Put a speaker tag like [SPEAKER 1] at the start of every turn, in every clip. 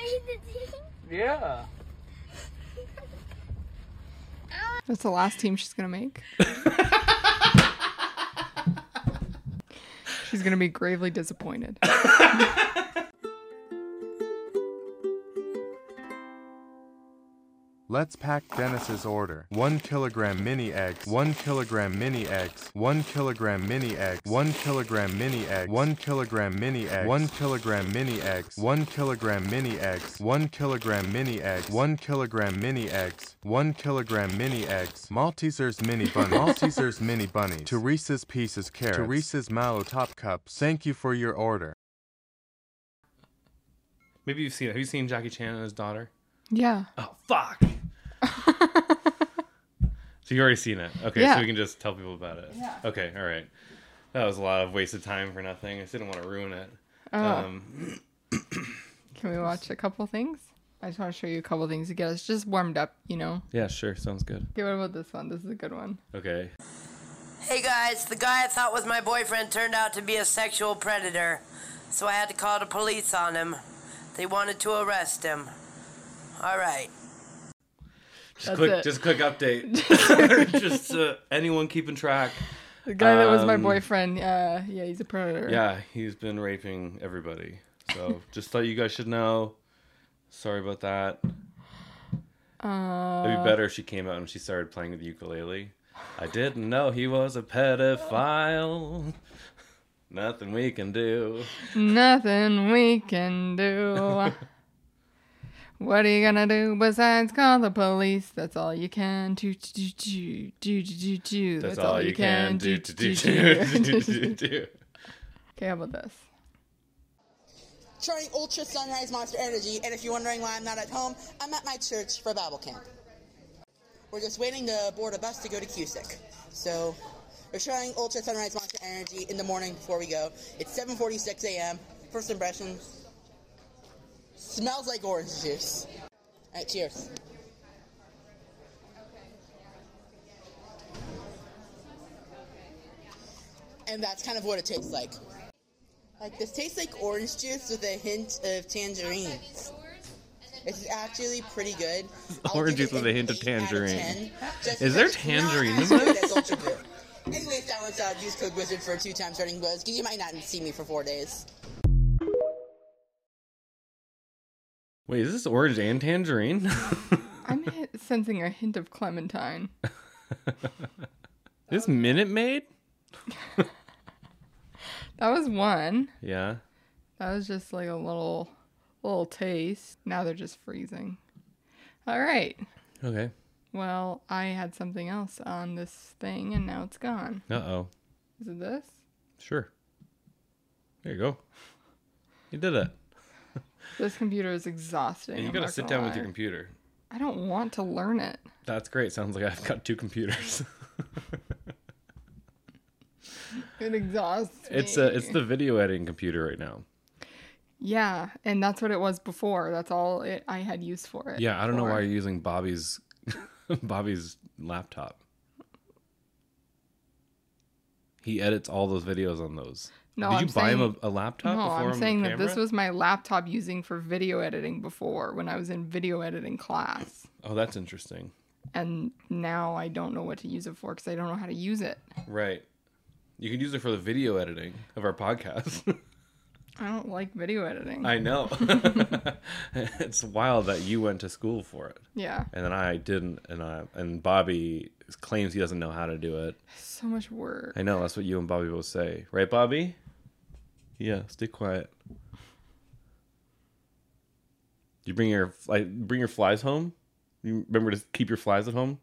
[SPEAKER 1] eat the team?
[SPEAKER 2] Yeah.
[SPEAKER 3] That's the last team she's gonna make. she's gonna be gravely disappointed.
[SPEAKER 4] Let's pack Dennis's order. 1 kilogram mini eggs, 1 kilogram mini eggs, 1 kilogram mini eggs, 1 kilogram mini eggs, 1 kilogram mini eggs, 1 kilogram mini eggs, 1 kilogram mini eggs, 1 kilogram mini eggs, 1 kilogram mini eggs, 1 kilogram mini eggs, Maltesers mini bunny, Maltesers mini bunny, Teresa's pieces carrots, Teresa's mallow top cups. Thank you for your order.
[SPEAKER 2] Maybe you've seen it. Have you seen Jackie Chan and his daughter?
[SPEAKER 3] Yeah.
[SPEAKER 2] Oh fuck. so you already seen it. Okay,
[SPEAKER 3] Yeah.
[SPEAKER 2] so we can just tell people about it. Yeah. Okay, all right. That was a lot of wasted time for nothing. I just didn't want to ruin it.
[SPEAKER 3] Oh.
[SPEAKER 2] Um,
[SPEAKER 3] Can we watch a couple things? I just want to show you a couple things to get us just warmed up, you know.
[SPEAKER 2] yeah, sure. Sounds good.
[SPEAKER 3] Okay, what about this one? This is a good one.
[SPEAKER 2] Okay.
[SPEAKER 5] Hey guys, the guy I thought was my boyfriend turned out to be a sexual predator, so I had to call the police on him. They wanted to arrest him. Alright.
[SPEAKER 2] Just
[SPEAKER 3] That's
[SPEAKER 2] quick
[SPEAKER 3] it.
[SPEAKER 2] just quick update. just uh, anyone keeping track.
[SPEAKER 3] The guy that was my
[SPEAKER 2] Um,
[SPEAKER 3] boyfriend, uh, yeah, he's a predator.
[SPEAKER 2] Yeah, he's been raping everybody. So just thought you guys should know. Sorry about that.
[SPEAKER 3] Uh,
[SPEAKER 2] It'd be better if she came out and she started playing with the ukulele. I didn't know he was a pedophile. Nothing we can do.
[SPEAKER 3] Nothing we can do. what are you gonna do besides call the police? That's all you can do. do, do, do, do, do, do.
[SPEAKER 2] That's, all, you can, do. do, do, do, do, do.
[SPEAKER 3] Okay, how about this?
[SPEAKER 6] Charting Ultra Sunrise Monster Energy, and if you're wondering why I'm not at home, I'm at my church for Bible camp. We're just waiting to board a bus to go to Cusick. So we're trying Ultra Sunrise Monster Energy in the morning before we go. It's 7.46 a.m. First impression, smells like orange juice. All right, cheers. And that's kind of what it tastes like. Like this tastes like orange juice with a hint of tangerines. It's actually pretty good. I'll
[SPEAKER 2] Orange
[SPEAKER 6] give
[SPEAKER 2] juice
[SPEAKER 6] it
[SPEAKER 2] with
[SPEAKER 6] an
[SPEAKER 2] a hint of
[SPEAKER 6] eight out
[SPEAKER 2] tangerine.
[SPEAKER 6] 10, just
[SPEAKER 2] Is there
[SPEAKER 6] because it's not
[SPEAKER 2] tangerine in
[SPEAKER 6] as good
[SPEAKER 2] this?
[SPEAKER 6] as Ultra Blue. Anyways, that was uh, use code wizard for two times running buzz. You might not see me for four days.
[SPEAKER 2] Wait, is this orange and tangerine?
[SPEAKER 3] I'm hi- sensing a hint of clementine.
[SPEAKER 2] this Minute Maid?
[SPEAKER 3] That was one.
[SPEAKER 2] Yeah.
[SPEAKER 3] That was just like a little, little taste. Now they're just freezing. All right.
[SPEAKER 2] Okay.
[SPEAKER 3] Well, I had something else on this thing, and now it's gone.
[SPEAKER 2] Uh oh.
[SPEAKER 3] Is it this?
[SPEAKER 2] Sure. There you go. You did it.
[SPEAKER 3] This computer is exhausting.
[SPEAKER 2] And you
[SPEAKER 3] I'm
[SPEAKER 2] gotta
[SPEAKER 3] not
[SPEAKER 2] sit
[SPEAKER 3] gonna
[SPEAKER 2] down with
[SPEAKER 3] lie.
[SPEAKER 2] your computer.
[SPEAKER 3] I don't want to learn it.
[SPEAKER 2] That's great. Sounds like I've got two computers.
[SPEAKER 3] It exhausts
[SPEAKER 2] it's
[SPEAKER 3] me.
[SPEAKER 2] uh, it's the video editing computer right now.
[SPEAKER 3] yeah, and that's what it was before. That's all it, I had use for it.
[SPEAKER 2] Yeah, I don't know why
[SPEAKER 3] before.
[SPEAKER 2] you're using Bobby's Bobby's laptop. He edits all those videos on those.
[SPEAKER 3] No,
[SPEAKER 2] Did
[SPEAKER 3] I'm
[SPEAKER 2] you buy him
[SPEAKER 3] saying-
[SPEAKER 2] a, a laptop?
[SPEAKER 3] No,
[SPEAKER 2] before
[SPEAKER 3] I'm
[SPEAKER 2] him a
[SPEAKER 3] saying that this
[SPEAKER 2] camera?
[SPEAKER 3] was my laptop using for video editing before when I was in video editing class,
[SPEAKER 2] Oh, that's interesting.
[SPEAKER 3] and now I don't know what to use it for because I don't know how to use it.
[SPEAKER 2] Right. You could use it for the video editing of our podcast.
[SPEAKER 3] I don't like video editing.
[SPEAKER 2] I know. it's wild that you went to school for it.
[SPEAKER 3] yeah,
[SPEAKER 2] and then I didn't, and I and Bobby claims he doesn't know how to do it.
[SPEAKER 3] so much work.
[SPEAKER 2] I know that's what you and Bobby both say, right, Bobby? Yeah, stay quiet. You bring your like bring your flies home. You remember to keep your flies at home.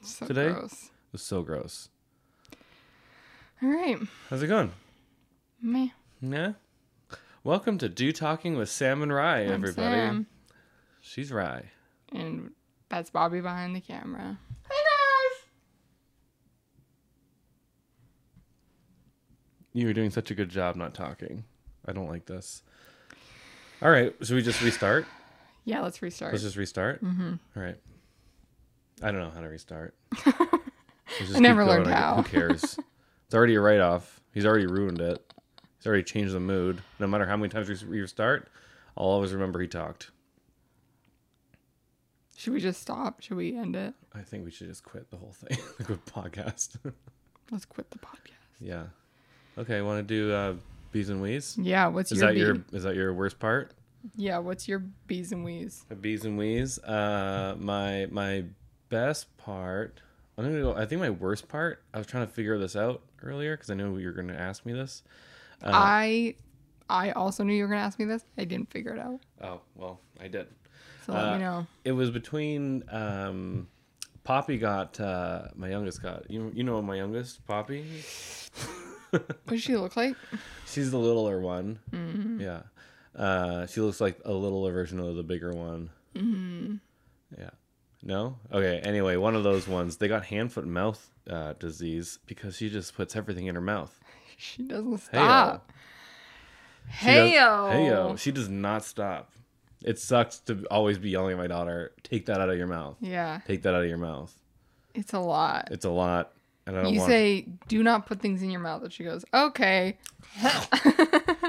[SPEAKER 3] It's so
[SPEAKER 2] today?
[SPEAKER 3] gross.
[SPEAKER 2] It was so gross.
[SPEAKER 3] All right,
[SPEAKER 2] How's it going?
[SPEAKER 3] meh.
[SPEAKER 2] Yeah. Welcome to Do Talking with Sam and Rye,
[SPEAKER 3] I'm
[SPEAKER 2] everybody.
[SPEAKER 3] Sam,
[SPEAKER 2] She's Rye.
[SPEAKER 3] and that's Bobby behind the camera. Hey guys.
[SPEAKER 2] You were doing such a good job not talking. I don't like this. All right, should we just restart?
[SPEAKER 3] Yeah, let's restart.
[SPEAKER 2] Let's just restart. Mm-hmm. right. I don't know how to restart. Let's just
[SPEAKER 3] I never
[SPEAKER 2] keep
[SPEAKER 3] learned
[SPEAKER 2] going. I-
[SPEAKER 3] how.
[SPEAKER 2] Who cares? it's already a write off. He's already ruined it. He's already changed the mood. No matter how many times we we restart, I'll always remember he talked.
[SPEAKER 3] Should we just stop? Should we end it?
[SPEAKER 2] I think we should just quit the whole thing, the good podcast.
[SPEAKER 3] Let's quit the podcast.
[SPEAKER 2] yeah. Okay, want to do uh, bees and wees?
[SPEAKER 3] Yeah, what's
[SPEAKER 2] Is
[SPEAKER 3] your
[SPEAKER 2] that
[SPEAKER 3] bee?
[SPEAKER 2] your is that your worst part?
[SPEAKER 3] Yeah, what's your bees and wees?
[SPEAKER 2] Bees and wees. Uh, my my best part. I'm gonna go. I think my worst part. I was trying to figure this out earlier because I knew you were gonna ask me this. Uh.
[SPEAKER 3] I I also knew you were gonna ask me this. I didn't figure it out.
[SPEAKER 2] Oh well, I did.
[SPEAKER 3] So let
[SPEAKER 2] Uh,
[SPEAKER 3] me know.
[SPEAKER 2] It was between um, Poppy got uh, my youngest got you you know my youngest Poppy.
[SPEAKER 3] What does she look like?
[SPEAKER 2] She's the littler one.
[SPEAKER 3] Mm-hmm.
[SPEAKER 2] Yeah. Uh, she looks like a littler version of the bigger one.
[SPEAKER 3] Mm-hmm.
[SPEAKER 2] Yeah. No? Okay. Anyway, one of those ones. They got hand, foot, and mouth uh, disease because she just puts everything in her mouth.
[SPEAKER 3] She doesn't
[SPEAKER 2] Hey,
[SPEAKER 3] stop. Heyo.
[SPEAKER 2] Heyo. She does not stop. It sucks to always be yelling at my daughter, take that out of your mouth.
[SPEAKER 3] Yeah,
[SPEAKER 2] Take that out of your mouth.
[SPEAKER 3] it's a lot.
[SPEAKER 2] It's a lot. And I don't
[SPEAKER 3] You
[SPEAKER 2] want
[SPEAKER 3] say, do not put things in your mouth. And she goes, okay.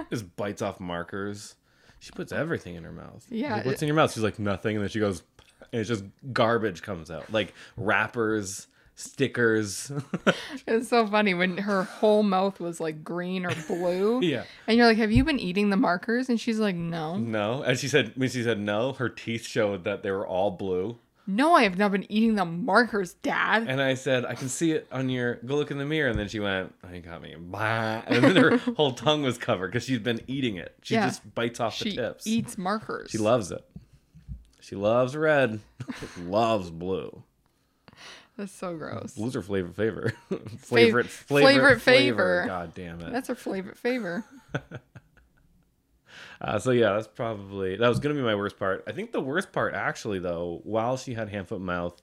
[SPEAKER 2] just bites off markers. She puts everything in her mouth.
[SPEAKER 3] Yeah,
[SPEAKER 2] Like, What's
[SPEAKER 3] it-
[SPEAKER 2] in your mouth? She's like nothing, and then she goes, and it's just garbage comes out, like wrappers, stickers.
[SPEAKER 3] It's so funny when her whole mouth was like green or blue.
[SPEAKER 2] yeah.
[SPEAKER 3] And you're like, have you been eating the markers? And she's like, no.
[SPEAKER 2] No, and she said when she said no, her teeth showed that they were all blue.
[SPEAKER 3] No, I have not been eating the markers, Dad.
[SPEAKER 2] And I said, I can see it on your. Go look in the mirror. And then she went, oh, you got me. Bah. And then her whole tongue was covered because she's been eating it. She
[SPEAKER 3] Yeah.
[SPEAKER 2] just bites off
[SPEAKER 3] she
[SPEAKER 2] the tips.
[SPEAKER 3] eats markers.
[SPEAKER 2] she loves it. She loves red. loves blue.
[SPEAKER 3] That's so gross.
[SPEAKER 2] Blues are flavor favor. favorite, flavor, flavor.
[SPEAKER 3] favorite favor.
[SPEAKER 2] God damn it.
[SPEAKER 3] That's her favorite favor.
[SPEAKER 2] Uh, so yeah, that's probably that was gonna be my worst part. I think the worst part actually though, while she had hand foot mouth,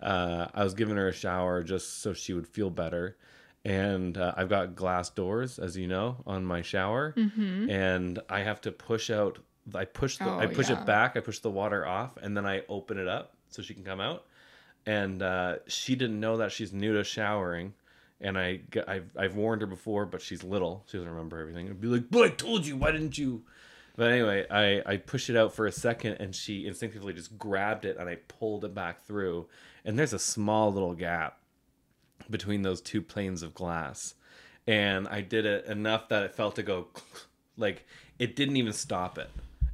[SPEAKER 2] uh, I was giving her a shower just so she would feel better. And uh, I've got glass doors, as you know, on my shower, and I have to push out. I push the, I
[SPEAKER 3] Mm-hmm. Oh,
[SPEAKER 2] push
[SPEAKER 3] yeah.
[SPEAKER 2] it back. I push the water off, and then I open it up so she can come out. And uh, she didn't know that she's new to showering, and I g- I've, I've warned her before, but she's little. She doesn't remember everything. I'd be like, but I told you. Why didn't you? But anyway, I, I pushed it out for a second and she instinctively just grabbed it and I pulled it back through. And there's a small little gap between those two planes of glass. And I did it enough that it felt to go like it didn't even stop it.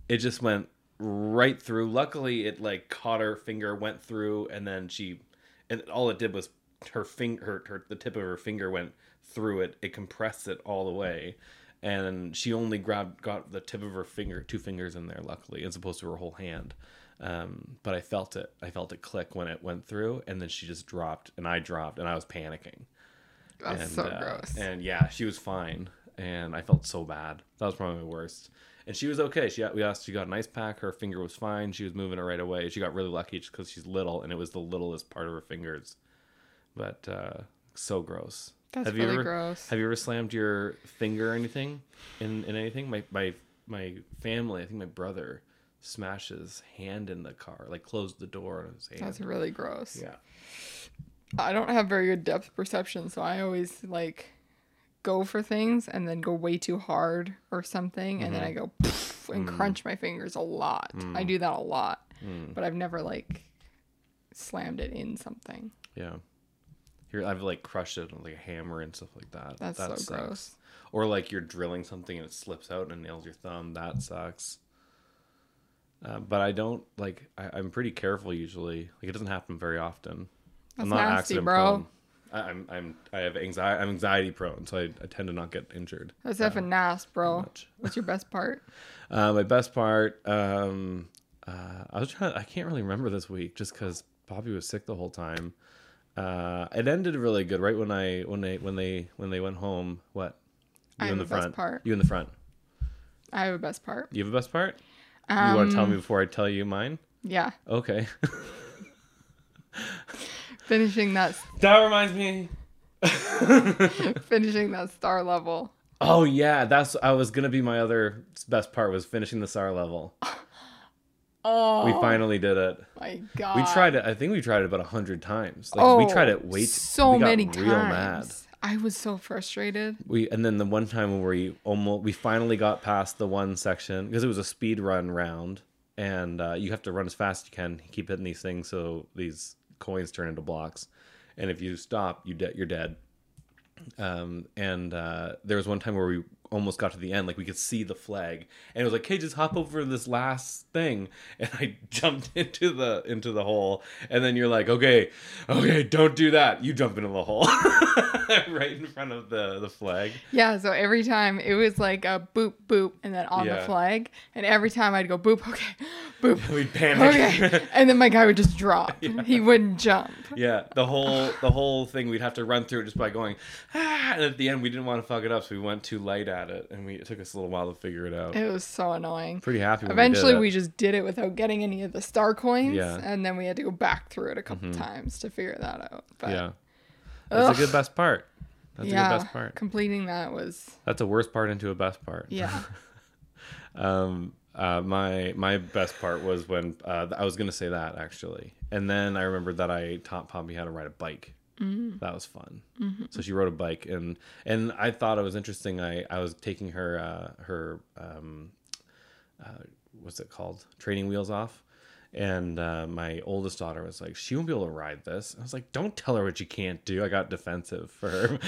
[SPEAKER 2] It just went right through. Luckily, it like caught her finger, went through, and then she, and all it did was her finger, her, her the tip of her finger went through it. It compressed it all the way, and she only grabbed got the tip of her finger, two fingers in there. Luckily, as opposed to her whole hand. Um, but I felt it. I felt it click when it went through, and then she just dropped, and I dropped, and I was panicking.
[SPEAKER 3] That's
[SPEAKER 2] And,
[SPEAKER 3] so
[SPEAKER 2] uh,
[SPEAKER 3] gross.
[SPEAKER 2] And yeah, she was fine, and I felt so bad. That was probably my worst. And she was okay. She got, we asked. She got an ice pack. Her finger was fine. She was moving it right away. She got really lucky just because she's little, and it was the littlest part of her fingers. But uh, so gross.
[SPEAKER 3] That's
[SPEAKER 2] have you
[SPEAKER 3] really
[SPEAKER 2] ever,
[SPEAKER 3] gross.
[SPEAKER 2] Have you ever slammed your finger or anything in, in anything? My my my family. I think my brother smashed his hand in the car. Like closed the door on his hand.
[SPEAKER 3] That's really gross.
[SPEAKER 2] yeah.
[SPEAKER 3] I don't have very good depth perception, so I always like go for things and then go way too hard or something, and then
[SPEAKER 2] Mm-hmm.
[SPEAKER 3] I
[SPEAKER 2] Mm.
[SPEAKER 3] go poof and crunch my fingers a lot. I do that a lot,
[SPEAKER 2] Mm.
[SPEAKER 3] but I've never like slammed it in something.
[SPEAKER 2] Yeah. Here I've like crushed it with like a hammer and stuff like that.
[SPEAKER 3] That's
[SPEAKER 2] that
[SPEAKER 3] so
[SPEAKER 2] sucks.
[SPEAKER 3] gross.
[SPEAKER 2] Or like you're drilling something and it slips out and nails your thumb. That sucks. Uh, but I don't like. I, I'm pretty careful usually. Like it doesn't happen very often. I'm
[SPEAKER 3] That's
[SPEAKER 2] not
[SPEAKER 3] nasty,
[SPEAKER 2] accident
[SPEAKER 3] bro.
[SPEAKER 2] prone. I, I'm I'm I have anxiety. I'm anxiety prone, so I, I tend to not get injured.
[SPEAKER 3] That's effing nasty, bro. What's your best part?
[SPEAKER 2] Uh, my best part. Um, uh, I was trying. I can't really remember this week just because Bobby was sick the whole time. Uh, it ended really good. Right when I when they when they when they went home. What? You
[SPEAKER 3] I have
[SPEAKER 2] in the
[SPEAKER 3] a best
[SPEAKER 2] front.
[SPEAKER 3] part.
[SPEAKER 2] You in the front.
[SPEAKER 3] I have a best part.
[SPEAKER 2] You have a best part. you want to tell me
[SPEAKER 3] Um,
[SPEAKER 2] before I tell you mine?
[SPEAKER 3] Yeah,
[SPEAKER 2] Okay.
[SPEAKER 3] finishing that
[SPEAKER 2] that reminds me.
[SPEAKER 3] finishing that star level.
[SPEAKER 2] Oh yeah, that's I was gonna be my other best part was finishing the SAR level.
[SPEAKER 3] Oh
[SPEAKER 2] We finally did it.
[SPEAKER 3] my god.
[SPEAKER 2] We tried it. I think we tried it about a hundred times. Like
[SPEAKER 3] Oh,
[SPEAKER 2] we tried it way t-
[SPEAKER 3] so
[SPEAKER 2] we got
[SPEAKER 3] many
[SPEAKER 2] real mad.
[SPEAKER 3] times. I was so frustrated.
[SPEAKER 2] we and then the one time where we almost we finally got past the one section because it was a speed run round and uh, you have to run as fast as you can. Keep hitting these things so these coins turn into blocks, and if you stop, you de- you're dead. Um, and uh, there was one time where we almost got to the end, like we could see the flag, and it was like, "Hey, just hop over this last thing." And I jumped into the into the hole, and then you're like, "Okay, okay, don't do that." You jump into the hole right in front of the the flag.
[SPEAKER 3] Yeah, so every time it was like a boop boop and then on the
[SPEAKER 2] Yeah.
[SPEAKER 3] flag. And every time I'd go boop, okay, boop.
[SPEAKER 2] We panicked.
[SPEAKER 3] Okay. and then my guy would just drop. He wouldn't jump.
[SPEAKER 2] Yeah, the whole the whole thing we'd have to run through it just by going, ah, and at the end we didn't want to fuck it up, so we went too light at it, and we it took us a little while to figure it out.
[SPEAKER 3] It was so annoying.
[SPEAKER 2] Pretty happy. When
[SPEAKER 3] Eventually, we,
[SPEAKER 2] we, did
[SPEAKER 3] just did it without getting any of the star coins,
[SPEAKER 2] Yeah.
[SPEAKER 3] and then we had to go back through it a couple times to figure that out. But
[SPEAKER 2] it. yeah, that's a good best part. That's
[SPEAKER 3] yeah,
[SPEAKER 2] a good best part.
[SPEAKER 3] completing that was
[SPEAKER 2] That's a worst part into a best part.
[SPEAKER 3] yeah.
[SPEAKER 2] Um. Uh. My my best part was when uh I was gonna say that actually, and then I remembered that I taught Pompey how to ride a bike. That was fun. So she rode a bike, and and I thought it was interesting. I I was taking her uh her um uh, what's it called training wheels off and uh, my oldest daughter was like she won't be able to ride this i was like don't tell her what you can't do i got defensive for her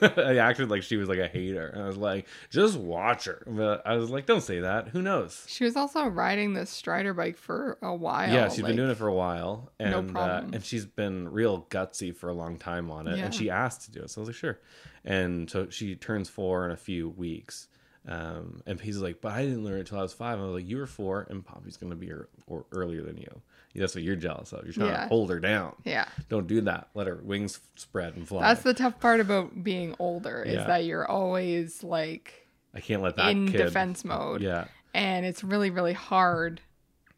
[SPEAKER 2] i acted like she was like a hater and i was like just watch her but i was like don't say that who knows
[SPEAKER 3] she was also riding this Strider bike for a while.
[SPEAKER 2] yeah, she's been
[SPEAKER 3] like-
[SPEAKER 2] doing it for a while, and
[SPEAKER 3] no
[SPEAKER 2] uh,
[SPEAKER 3] problem.
[SPEAKER 2] and she's been real gutsy for a long time on it.
[SPEAKER 3] Yeah.
[SPEAKER 2] And she asked to do it, so I was like, sure. And so she turns four in a few weeks, um, and he's like, but I didn't learn it until I was five. I was like, you were four, and Poppy's gonna be er- or earlier than you. That's what you're jealous of. You're trying
[SPEAKER 3] Yeah.
[SPEAKER 2] to hold her down.
[SPEAKER 3] Yeah.
[SPEAKER 2] Don't do that. Let her wings f- spread and fly.
[SPEAKER 3] That's the tough part about being older is
[SPEAKER 2] Yeah.
[SPEAKER 3] that you're always like
[SPEAKER 2] I can't let that
[SPEAKER 3] in
[SPEAKER 2] kid.
[SPEAKER 3] defense mode.
[SPEAKER 2] Yeah,
[SPEAKER 3] And it's really, really hard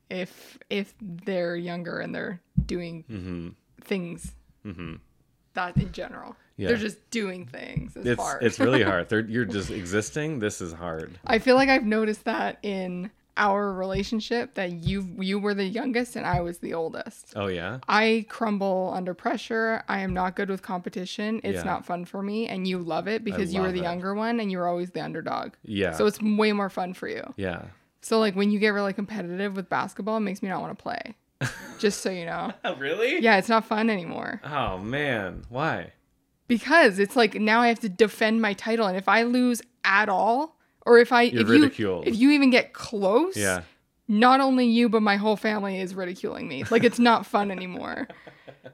[SPEAKER 3] if if they're younger and they're doing
[SPEAKER 2] Mm-hmm.
[SPEAKER 3] things. That in general.
[SPEAKER 2] Yeah.
[SPEAKER 3] They're just doing things. It's,
[SPEAKER 2] it's
[SPEAKER 3] hard.
[SPEAKER 2] it's really hard. They're, you're just existing. This is hard.
[SPEAKER 3] I feel like I've noticed that in our relationship that you you were the youngest and I was the oldest.
[SPEAKER 2] Oh yeah.
[SPEAKER 3] I crumble under pressure. I am not good with competition. It's
[SPEAKER 2] Yeah.
[SPEAKER 3] not fun for me and you love it because you were
[SPEAKER 2] love
[SPEAKER 3] the
[SPEAKER 2] it.
[SPEAKER 3] younger one and you were always the underdog.
[SPEAKER 2] Yeah.
[SPEAKER 3] So it's way more fun for you.
[SPEAKER 2] yeah.
[SPEAKER 3] So like when you get really competitive with basketball, it makes me not want to play. Just so you know.
[SPEAKER 2] really?
[SPEAKER 3] Yeah, it's not fun anymore.
[SPEAKER 2] Oh man, why?
[SPEAKER 3] because it's like now I have to defend my title, and if I lose at all, or if I
[SPEAKER 2] You're
[SPEAKER 3] if you
[SPEAKER 2] ridiculed.
[SPEAKER 3] if you even get close,
[SPEAKER 2] Yeah,
[SPEAKER 3] not only you but my whole family is ridiculing me. Like it's not fun anymore.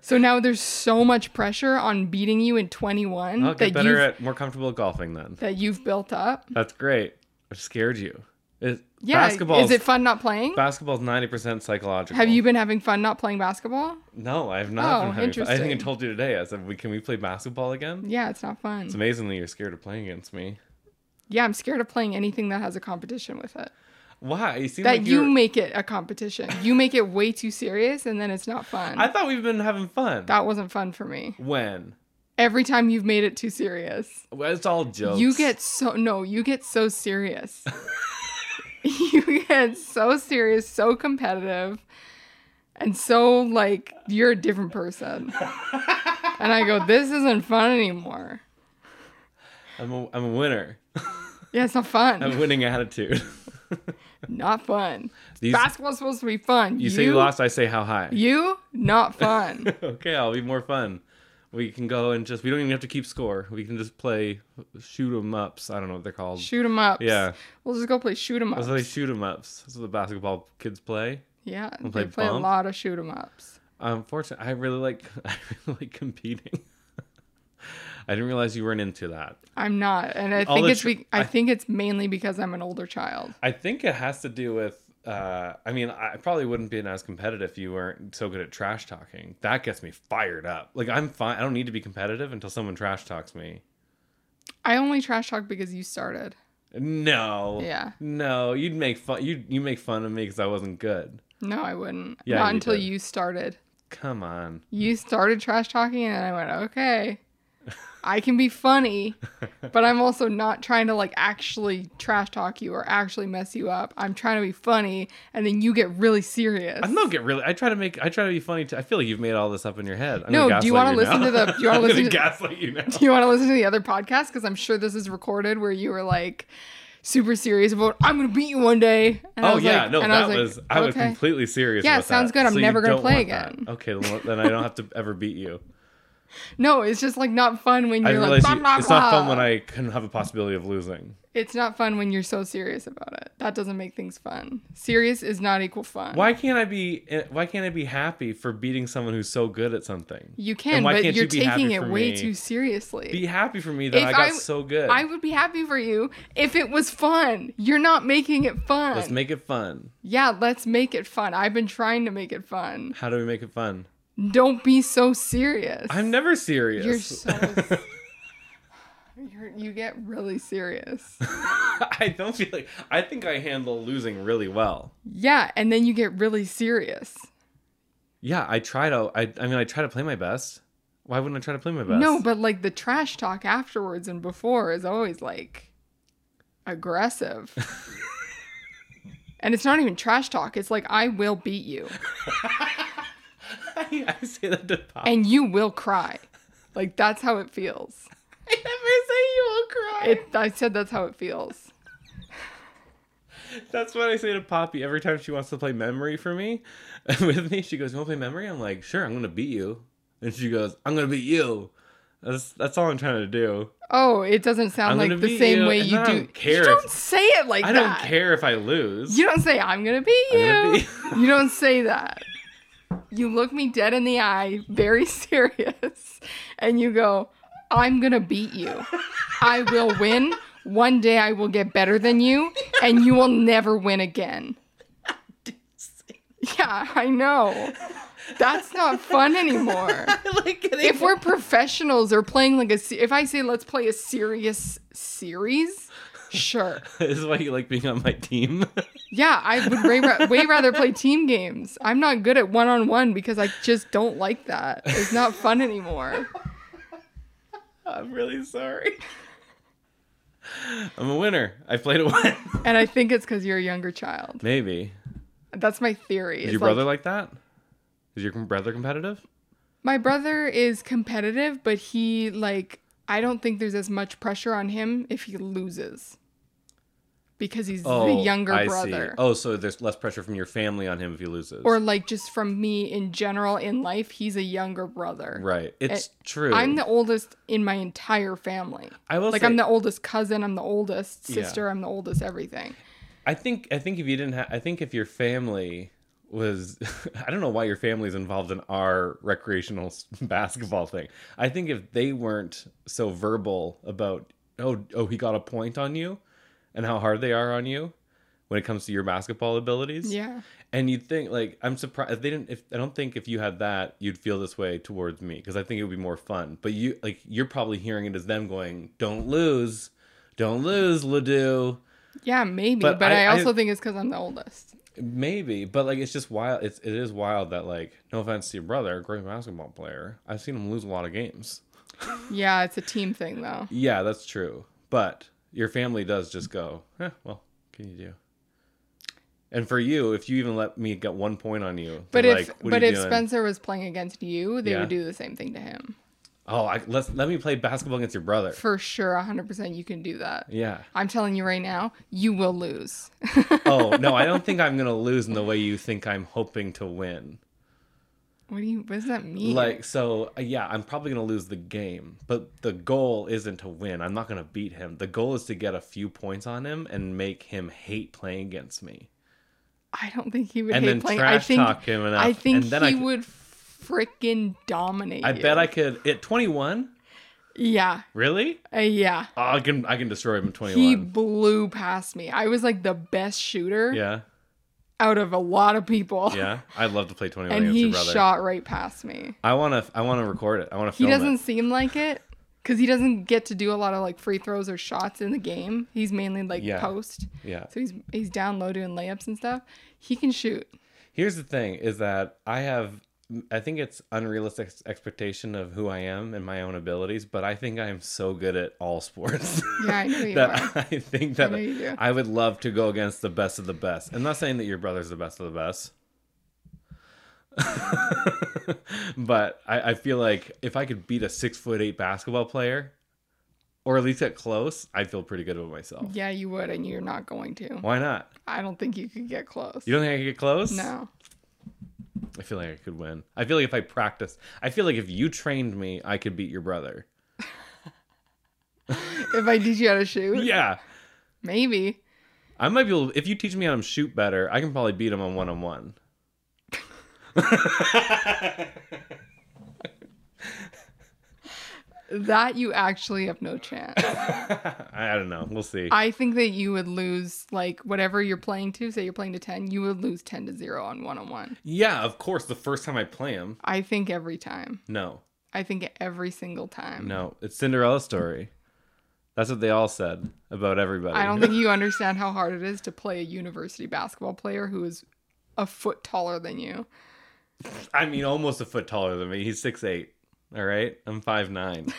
[SPEAKER 3] So now there's so much pressure on beating you in 21
[SPEAKER 2] I'll get
[SPEAKER 3] that
[SPEAKER 2] better
[SPEAKER 3] you've
[SPEAKER 2] at more comfortable at golfing then.
[SPEAKER 3] that you've built up.
[SPEAKER 2] That's great. I scared you. It,
[SPEAKER 3] Yeah,
[SPEAKER 2] basketball's
[SPEAKER 3] is it fun not playing?
[SPEAKER 2] basketball's ninety percent psychological.
[SPEAKER 3] Have you been having fun not playing basketball?
[SPEAKER 2] No, I have not.
[SPEAKER 3] Oh,
[SPEAKER 2] been having fun. I think
[SPEAKER 3] interesting.
[SPEAKER 2] I told you today. I said, "We can we play basketball again?"
[SPEAKER 3] Yeah, it's not fun.
[SPEAKER 2] It's amazingly you're scared of playing against me.
[SPEAKER 3] yeah, I'm scared of playing anything that has a competition with it.
[SPEAKER 2] Why? You seem
[SPEAKER 3] That
[SPEAKER 2] like
[SPEAKER 3] you
[SPEAKER 2] you're-
[SPEAKER 3] make it a competition. You make it way too serious and then it's not fun.
[SPEAKER 2] I thought we've been having fun.
[SPEAKER 3] That wasn't fun for me.
[SPEAKER 2] when?
[SPEAKER 3] Every time you've made it too serious,
[SPEAKER 2] Well, it's all jokes.
[SPEAKER 3] you get so no, you get so serious. you get so serious, so competitive, and so like you're a different person. and I go, this isn't fun anymore.
[SPEAKER 2] I'm a, I'm a winner.
[SPEAKER 3] Yeah, it's not
[SPEAKER 2] I have a
[SPEAKER 3] fun.
[SPEAKER 2] winning attitude.
[SPEAKER 3] Not fun.
[SPEAKER 2] These,
[SPEAKER 3] Basketball's supposed to be fun.
[SPEAKER 2] you say you lost. I say how high.
[SPEAKER 3] You not fun.
[SPEAKER 2] Okay, I'll be more fun. We can go and just we don't even have to keep score. We can just play shoot 'em ups. I don't know what they're called.
[SPEAKER 3] shoot 'em up.
[SPEAKER 2] Yeah.
[SPEAKER 3] we'll just go play shoot 'em
[SPEAKER 2] That's
[SPEAKER 3] ups.
[SPEAKER 2] how they shoot 'em ups. That's what the basketball kids play.
[SPEAKER 3] yeah,
[SPEAKER 2] play
[SPEAKER 3] they play a
[SPEAKER 2] bump.
[SPEAKER 3] lot of shoot 'em ups.
[SPEAKER 2] Unfortunately, I really like I really like competing. I didn't realize you weren't into that.
[SPEAKER 3] I'm not, and I
[SPEAKER 2] All
[SPEAKER 3] think
[SPEAKER 2] the
[SPEAKER 3] it's
[SPEAKER 2] tr-
[SPEAKER 3] be- I, think it's mainly because I'm an older child.
[SPEAKER 2] I think it has to do with. Uh, I mean, I probably wouldn't be as competitive if you weren't so good at trash talking. That gets me fired up. Like I'm fine. I don't need to be competitive until someone trash talks me.
[SPEAKER 3] I only trash talk because you started.
[SPEAKER 2] No.
[SPEAKER 3] Yeah.
[SPEAKER 2] No, you'd make fun. You you make fun of me because I wasn't good.
[SPEAKER 3] No, I wouldn't.
[SPEAKER 2] Yeah,
[SPEAKER 3] not
[SPEAKER 2] you
[SPEAKER 3] until
[SPEAKER 2] did.
[SPEAKER 3] you started.
[SPEAKER 2] Come on.
[SPEAKER 3] You started trash talking, and I went, okay, I can be funny, but I'm also not trying to like actually trash talk you or actually mess you up. I'm trying to be funny, and then you get really serious.
[SPEAKER 2] I don't get really. I try to make. I try to be funny. Too. I feel like you've made all this up in your head. I'm
[SPEAKER 3] No,
[SPEAKER 2] gonna
[SPEAKER 3] do you
[SPEAKER 2] gaslight
[SPEAKER 3] wanna listen
[SPEAKER 2] now.
[SPEAKER 3] to the- do you wanna
[SPEAKER 2] I'm
[SPEAKER 3] listen
[SPEAKER 2] gonna
[SPEAKER 3] to-
[SPEAKER 2] gaslight you now?
[SPEAKER 3] Do you want to listen to the other podcast? Because I'm sure this is recorded where you were like, super serious about I'm gonna beat you one day. And I
[SPEAKER 2] oh
[SPEAKER 3] was
[SPEAKER 2] yeah,
[SPEAKER 3] like-
[SPEAKER 2] no,
[SPEAKER 3] and
[SPEAKER 2] that was, I was
[SPEAKER 3] okay.
[SPEAKER 2] completely serious.
[SPEAKER 3] Yeah,
[SPEAKER 2] about
[SPEAKER 3] sounds
[SPEAKER 2] that.
[SPEAKER 3] good. I'm
[SPEAKER 2] So you
[SPEAKER 3] never gonna
[SPEAKER 2] don't
[SPEAKER 3] play
[SPEAKER 2] want that.
[SPEAKER 3] again.
[SPEAKER 2] Okay, then, then I don't have to ever beat you.
[SPEAKER 3] No, it's just like not fun when
[SPEAKER 2] I
[SPEAKER 3] you're
[SPEAKER 2] realize
[SPEAKER 3] like blah,
[SPEAKER 2] you-
[SPEAKER 3] blah,
[SPEAKER 2] it's not
[SPEAKER 3] blah.
[SPEAKER 2] fun when I can have a possibility of losing.
[SPEAKER 3] It's not fun when you're so serious about it. That doesn't make things fun. Serious is not equal fun.
[SPEAKER 2] Why can't I be? Why can't I be happy for beating someone who's so good at something?
[SPEAKER 3] You
[SPEAKER 2] And
[SPEAKER 3] can,
[SPEAKER 2] why
[SPEAKER 3] but
[SPEAKER 2] can't
[SPEAKER 3] you're
[SPEAKER 2] you be happy
[SPEAKER 3] taking it
[SPEAKER 2] for
[SPEAKER 3] way
[SPEAKER 2] me?
[SPEAKER 3] too seriously.
[SPEAKER 2] Be happy for me that I got
[SPEAKER 3] I-
[SPEAKER 2] so good.
[SPEAKER 3] I would be happy for you if it was fun. You're not making it fun.
[SPEAKER 2] Let's make it fun.
[SPEAKER 3] yeah, let's make it fun. I've been trying to make it fun.
[SPEAKER 2] How do we make it fun?
[SPEAKER 3] Don't be so serious.
[SPEAKER 2] I'm never serious.
[SPEAKER 3] You're so. you're, you get really serious.
[SPEAKER 2] I don't feel like I think I handle losing really well.
[SPEAKER 3] Yeah, and then you get really serious.
[SPEAKER 2] Yeah, I try to. I, I mean, I try to play my best. Why wouldn't I try to play my best?
[SPEAKER 3] No, but like the trash talk afterwards and before is always like aggressive. and it's not even trash talk. It's like I will beat you
[SPEAKER 2] I, I say that to Pop.
[SPEAKER 3] and you will cry. Like that's how it feels.
[SPEAKER 2] I never say you will cry.
[SPEAKER 3] It I said that's how it feels.
[SPEAKER 2] That's what I say to Poppy every time she wants to play memory for me, with me. She goes, "You want to play memory?" I'm like, "Sure, I'm gonna beat you." And she goes, "I'm gonna beat you." That's that's all I'm trying to do.
[SPEAKER 3] Oh, it doesn't sound
[SPEAKER 2] I'm
[SPEAKER 3] like
[SPEAKER 2] gonna
[SPEAKER 3] the
[SPEAKER 2] beat
[SPEAKER 3] same
[SPEAKER 2] you,
[SPEAKER 3] way
[SPEAKER 2] and
[SPEAKER 3] you
[SPEAKER 2] I
[SPEAKER 3] do.
[SPEAKER 2] don't care
[SPEAKER 3] You
[SPEAKER 2] if-
[SPEAKER 3] don't say it like
[SPEAKER 2] I
[SPEAKER 3] that.
[SPEAKER 2] don't care if I lose.
[SPEAKER 3] You don't say I'm gonna beat you.
[SPEAKER 2] gonna beat
[SPEAKER 3] you don't say that. You look me dead in the eye, very serious, and you go, "I'm gonna beat you. I will win. One day I will get better than you, and you will never win again." Yeah, I know. That's not fun anymore. if we're professionals or playing like a, se- if I say let's play a serious series, sure.
[SPEAKER 2] this is why you like being on my team.
[SPEAKER 3] Yeah, I would way, ra- way rather play team games. I'm not good at one on one because I just don't like that. It's not fun anymore.
[SPEAKER 2] I'm really sorry. I'm a winner. I played a win.
[SPEAKER 3] And I think it's because you're a younger child.
[SPEAKER 2] Maybe.
[SPEAKER 3] That's my theory.
[SPEAKER 2] Is
[SPEAKER 3] It's
[SPEAKER 2] your
[SPEAKER 3] like-
[SPEAKER 2] brother like that? Is your brother competitive?
[SPEAKER 3] my brother is competitive, but he, like, I don't think there's as much pressure on him if he loses because he's the younger
[SPEAKER 2] Oh, I see.
[SPEAKER 3] brother.
[SPEAKER 2] Oh, so there's less pressure from your family on him if he loses.
[SPEAKER 3] Or, like, just from me in general in life, he's a younger brother.
[SPEAKER 2] right. It's
[SPEAKER 3] It-
[SPEAKER 2] true.
[SPEAKER 3] I'm the oldest in my entire family.
[SPEAKER 2] I will
[SPEAKER 3] like
[SPEAKER 2] say-
[SPEAKER 3] I'm the oldest cousin, I'm the oldest
[SPEAKER 2] Yeah.
[SPEAKER 3] sister, I'm the oldest everything.
[SPEAKER 2] I think I think if you didn't have I think if your family was I don't know why your family's involved in our recreational s- basketball thing. I think if they weren't so verbal about oh oh he got a point on you and how hard they are on you when it comes to your basketball abilities.
[SPEAKER 3] Yeah.
[SPEAKER 2] And you'd think like I'm surprised if they didn't if I don't think if you had that you'd feel this way towards me because I think it would be more fun. But you like you're probably hearing it as them going, "Don't lose. Don't lose, Ledoux."
[SPEAKER 3] Yeah, maybe,
[SPEAKER 2] But
[SPEAKER 3] but,
[SPEAKER 2] I-
[SPEAKER 3] I,
[SPEAKER 2] I-
[SPEAKER 3] also think it's cuz I'm the oldest.
[SPEAKER 2] Maybe, but like it's just wild. It's it is wild that like no offense to your brother, great basketball player. I've seen him lose a lot of games.
[SPEAKER 3] Yeah, it's a team thing though.
[SPEAKER 2] Yeah, that's true. But your family does just go, eh, well, can you do? And for you, if you even let me get one point on you,
[SPEAKER 3] But
[SPEAKER 2] they're
[SPEAKER 3] if
[SPEAKER 2] like, what are
[SPEAKER 3] but
[SPEAKER 2] you
[SPEAKER 3] if
[SPEAKER 2] doing?
[SPEAKER 3] Spencer was playing against you, they
[SPEAKER 2] Yeah.
[SPEAKER 3] would do the same thing to him.
[SPEAKER 2] oh, I, let's let me play basketball against your brother.
[SPEAKER 3] For sure, 100% you can do that.
[SPEAKER 2] Yeah.
[SPEAKER 3] I'm telling you right now, you will lose.
[SPEAKER 2] Oh no, I don't think I'm gonna lose in the way you think I'm hoping to win.
[SPEAKER 3] What do you what does that mean?
[SPEAKER 2] Like so, uh, yeah, I'm probably gonna lose the game, but the goal isn't to win. I'm not gonna beat him. The goal is to get a few points on him and make him hate playing against me.
[SPEAKER 3] I don't think he would
[SPEAKER 2] And
[SPEAKER 3] hate
[SPEAKER 2] then
[SPEAKER 3] playing. I
[SPEAKER 2] trash
[SPEAKER 3] think
[SPEAKER 2] talk him enough,
[SPEAKER 3] I think
[SPEAKER 2] and then
[SPEAKER 3] he
[SPEAKER 2] I c-
[SPEAKER 3] would freaking dominate.
[SPEAKER 2] I
[SPEAKER 3] you.
[SPEAKER 2] bet I could at 21.
[SPEAKER 3] Yeah.
[SPEAKER 2] Really?
[SPEAKER 3] Uh, yeah.
[SPEAKER 2] Oh, I can I can destroy him at
[SPEAKER 3] He
[SPEAKER 2] 21.
[SPEAKER 3] blew past me. I was like the best shooter
[SPEAKER 2] Yeah,
[SPEAKER 3] out of a lot of people.
[SPEAKER 2] yeah. I'd love to play 21
[SPEAKER 3] And
[SPEAKER 2] against your
[SPEAKER 3] he
[SPEAKER 2] brother.
[SPEAKER 3] shot right past me.
[SPEAKER 2] I wanna I wanna record it. I wanna
[SPEAKER 3] He
[SPEAKER 2] film
[SPEAKER 3] doesn't
[SPEAKER 2] it.
[SPEAKER 3] seem like it because he doesn't get to do a lot of like free throws or shots in the game. He's mainly like
[SPEAKER 2] Yeah.
[SPEAKER 3] post.
[SPEAKER 2] Yeah.
[SPEAKER 3] So he's he's down low doing layups and stuff. He can shoot.
[SPEAKER 2] Here's the thing: is that I have, I think it's unrealistic expectation of who I am and my own abilities, but I think I am so good at all sports.
[SPEAKER 3] Yeah, I know you are.
[SPEAKER 2] that I think that
[SPEAKER 3] know you do.
[SPEAKER 2] I would love to go against the best of the best. I'm not saying that your brother's the best of the best. but I, I feel like if I could beat a six foot eight basketball player, or at least get close, I'd feel pretty good about myself.
[SPEAKER 3] Yeah, you would, and you're not going to.
[SPEAKER 2] Why not?
[SPEAKER 3] I don't think you could get close.
[SPEAKER 2] You don't think I could get close?
[SPEAKER 3] No.
[SPEAKER 2] I feel like I could win. I feel like if I practiced, I feel like if you trained me, I could beat your brother.
[SPEAKER 3] If I teach you how to shoot,
[SPEAKER 2] Yeah.
[SPEAKER 3] maybe.
[SPEAKER 2] I might be able. If you teach me how to shoot better, I can probably beat him on one on one.
[SPEAKER 3] That you actually have no chance.
[SPEAKER 2] I I don't know. We'll see.
[SPEAKER 3] I think that you would lose like whatever you're playing to. Say you're playing to ten, you would lose ten to zero on one on one.
[SPEAKER 2] yeah, of course. The first time I play him,
[SPEAKER 3] I think every time.
[SPEAKER 2] no,
[SPEAKER 3] I think every single time.
[SPEAKER 2] no, it's Cinderella story. That's what they all said about everybody.
[SPEAKER 3] I don't think you understand how hard it is to play a university basketball player who is a foot taller than you.
[SPEAKER 2] I mean, almost a foot taller than me. He's six eight. All right, I'm five nine.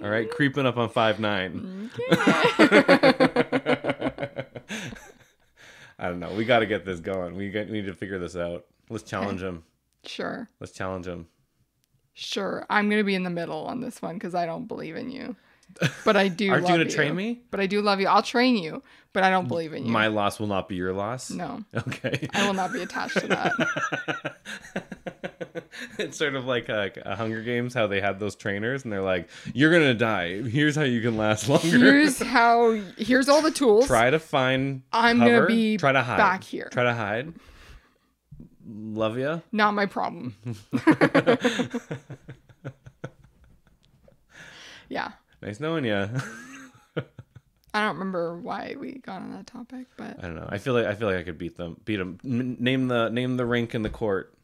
[SPEAKER 2] all right, creeping up on five nine. I don't know. We got to get this going. We got, need to figure this out. Let's challenge him.
[SPEAKER 3] Sure,
[SPEAKER 2] Let's challenge him.
[SPEAKER 3] sure. I'm gonna be in the middle on this one because I don't believe in you, but I do.
[SPEAKER 2] Aren't you
[SPEAKER 3] love
[SPEAKER 2] gonna train me?
[SPEAKER 3] But I do love you. I'll train you, but I don't believe in you.
[SPEAKER 2] My loss will not be your loss.
[SPEAKER 3] no,
[SPEAKER 2] Okay.
[SPEAKER 3] I will not be attached to that.
[SPEAKER 2] it's sort of like uh, Hunger Games, how they had those trainers, and they're like, "You're gonna die. Here's how you can last longer.
[SPEAKER 3] Here's how. Here's all the tools.
[SPEAKER 2] try to find.
[SPEAKER 3] I'm gonna
[SPEAKER 2] cover.
[SPEAKER 3] be
[SPEAKER 2] try to hide.
[SPEAKER 3] back here.
[SPEAKER 2] Try to hide. Love ya.
[SPEAKER 3] Not my problem. yeah.
[SPEAKER 2] Nice knowing ya.
[SPEAKER 3] I don't remember why we got on that topic, but
[SPEAKER 2] I don't know. I feel like I feel like I could beat them. Beat them. N- name the name the rink in the court.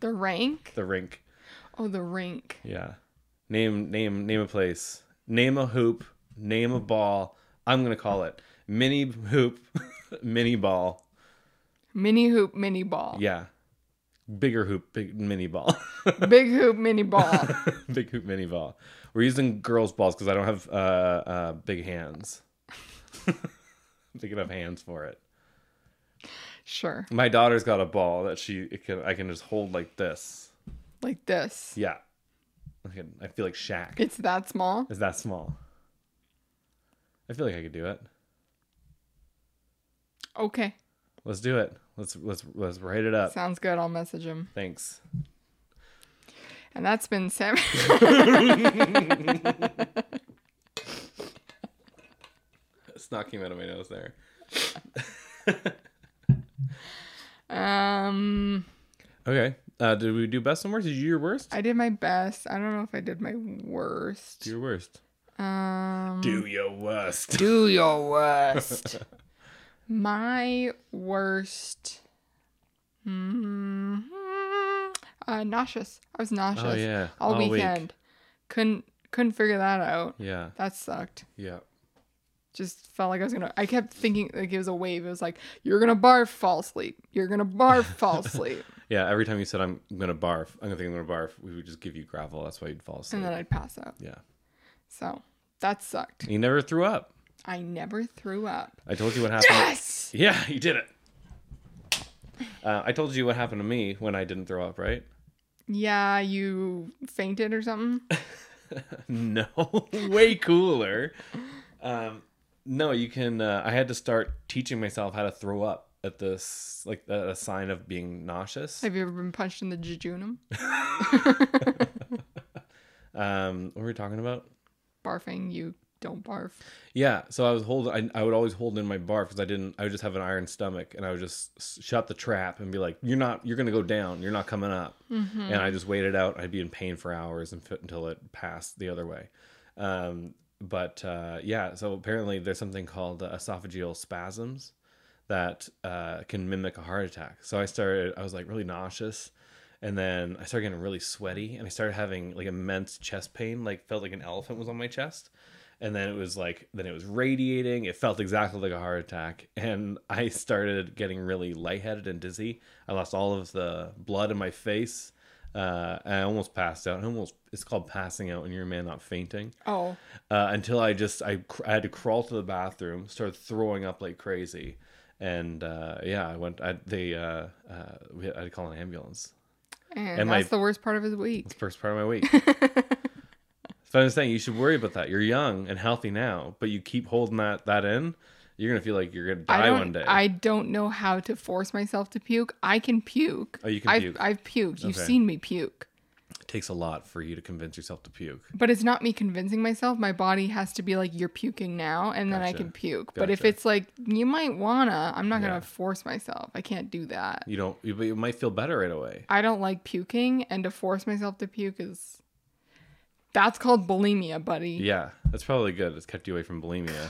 [SPEAKER 3] the rank.
[SPEAKER 2] The rink.
[SPEAKER 3] Oh, the rink.
[SPEAKER 2] Yeah. Name name name a place. Name a hoop. Name a ball. I'm gonna call it mini hoop, mini ball.
[SPEAKER 3] Mini hoop, mini ball.
[SPEAKER 2] Yeah. Bigger hoop, big mini ball.
[SPEAKER 3] Big hoop, mini ball.
[SPEAKER 2] big hoop, mini ball. We're using girls' balls because I don't have uh, uh, big hands. big enough hands for it.
[SPEAKER 3] sure.
[SPEAKER 2] My daughter's got a ball that she it can I can just hold like this.
[SPEAKER 3] Like this.
[SPEAKER 2] Yeah. I, can, I feel like Shaq.
[SPEAKER 3] It's that small.
[SPEAKER 2] Is that small? I feel like I could do it.
[SPEAKER 3] Okay.
[SPEAKER 2] Let's do it. Let's let's let's write it up.
[SPEAKER 3] Sounds good. I'll message him.
[SPEAKER 2] Thanks.
[SPEAKER 3] And that's been Sam.
[SPEAKER 2] Snot came out of my nose there.
[SPEAKER 3] um,
[SPEAKER 2] Okay. Uh, did we do best and worst? Did you do your worst?
[SPEAKER 3] I did my best. I don't know if I did my worst.
[SPEAKER 2] do your worst.
[SPEAKER 3] Um,
[SPEAKER 2] Do your worst.
[SPEAKER 3] do your worst. my worst. Mhm. Uh, nauseous. I was nauseous
[SPEAKER 2] yeah.
[SPEAKER 3] all,
[SPEAKER 2] All week.
[SPEAKER 3] weekend. Couldn't couldn't figure that out.
[SPEAKER 2] Yeah.
[SPEAKER 3] That sucked.
[SPEAKER 2] Yeah.
[SPEAKER 3] Just felt like I was gonna. I kept thinking like it was a wave. It was like you're gonna barf, fall asleep. You're gonna barf, fall asleep,
[SPEAKER 2] Yeah. Every time you said I'm gonna barf, I'm gonna think I'm gonna barf, we would just give you gravel. That's why you'd fall asleep.
[SPEAKER 3] and then I'd pass out.
[SPEAKER 2] yeah.
[SPEAKER 3] So that sucked.
[SPEAKER 2] You never threw up.
[SPEAKER 3] I never threw up.
[SPEAKER 2] I told you what happened.
[SPEAKER 3] Yes.
[SPEAKER 2] Yeah, you did it. Uh, I told you what happened to me when I didn't throw up, right?
[SPEAKER 3] Yeah, you fainted or something.
[SPEAKER 2] No, way cooler. Um, no, you can. Uh, I had to start teaching myself how to throw up at this, like a a sign of being nauseous.
[SPEAKER 3] Have you ever been punched in the jejunum?
[SPEAKER 2] Um, what were we talking about?
[SPEAKER 3] Barfing, you don't barf.
[SPEAKER 2] Yeah, so I was holding. I, I would always hold in my barf because I didn't. I would just have an iron stomach, and I would just s- shut the trap and be like, "You're not. You're gonna go down. You're not coming up." And I just waited out. I'd be in pain for hours and fit until it passed the other way. Um, but uh, yeah, so apparently there's something called uh, esophageal spasms that uh, can mimic a heart attack. So I started. I was like really nauseous. And then I started getting really sweaty, and I started having like immense chest pain, like felt like an elephant was on my chest and then it was like then it was radiating it felt exactly like a heart attack and i started getting really lightheaded and dizzy i lost all of the blood in my face uh, and i almost passed out I almost it's called passing out when you're a man not fainting
[SPEAKER 3] Oh,
[SPEAKER 2] uh, until i just I, cr- I had to crawl to the bathroom started throwing up like crazy and uh, yeah i went i they uh, uh, we had, i had to call an ambulance
[SPEAKER 3] and
[SPEAKER 2] And my-
[SPEAKER 3] that's the worst part of his week.
[SPEAKER 2] first part of my week. So I'm saying you should worry about that. You're young and healthy now, but you keep holding that that in, you're gonna feel like you're gonna
[SPEAKER 3] I
[SPEAKER 2] die
[SPEAKER 3] don't,
[SPEAKER 2] one day.
[SPEAKER 3] I don't know how to force myself to puke. I can puke.
[SPEAKER 2] Oh, you can
[SPEAKER 3] I've,
[SPEAKER 2] puke.
[SPEAKER 3] I've puked. You've
[SPEAKER 2] Okay.
[SPEAKER 3] seen me puke.
[SPEAKER 2] It takes a lot for you to convince yourself to puke.
[SPEAKER 3] But it's not me convincing myself. My body has to be like, you're puking now, and then I
[SPEAKER 2] Gotcha.
[SPEAKER 3] can puke. But if
[SPEAKER 2] Gotcha.
[SPEAKER 3] it's like, you might wanna, I'm not
[SPEAKER 2] Yeah.
[SPEAKER 3] gonna force myself. I can't do that.
[SPEAKER 2] You don't. You, but you might feel better right away.
[SPEAKER 3] I don't like puking, and to force myself to puke is. That's called bulimia, buddy.
[SPEAKER 2] Yeah, that's probably good. It's kept you away from bulimia.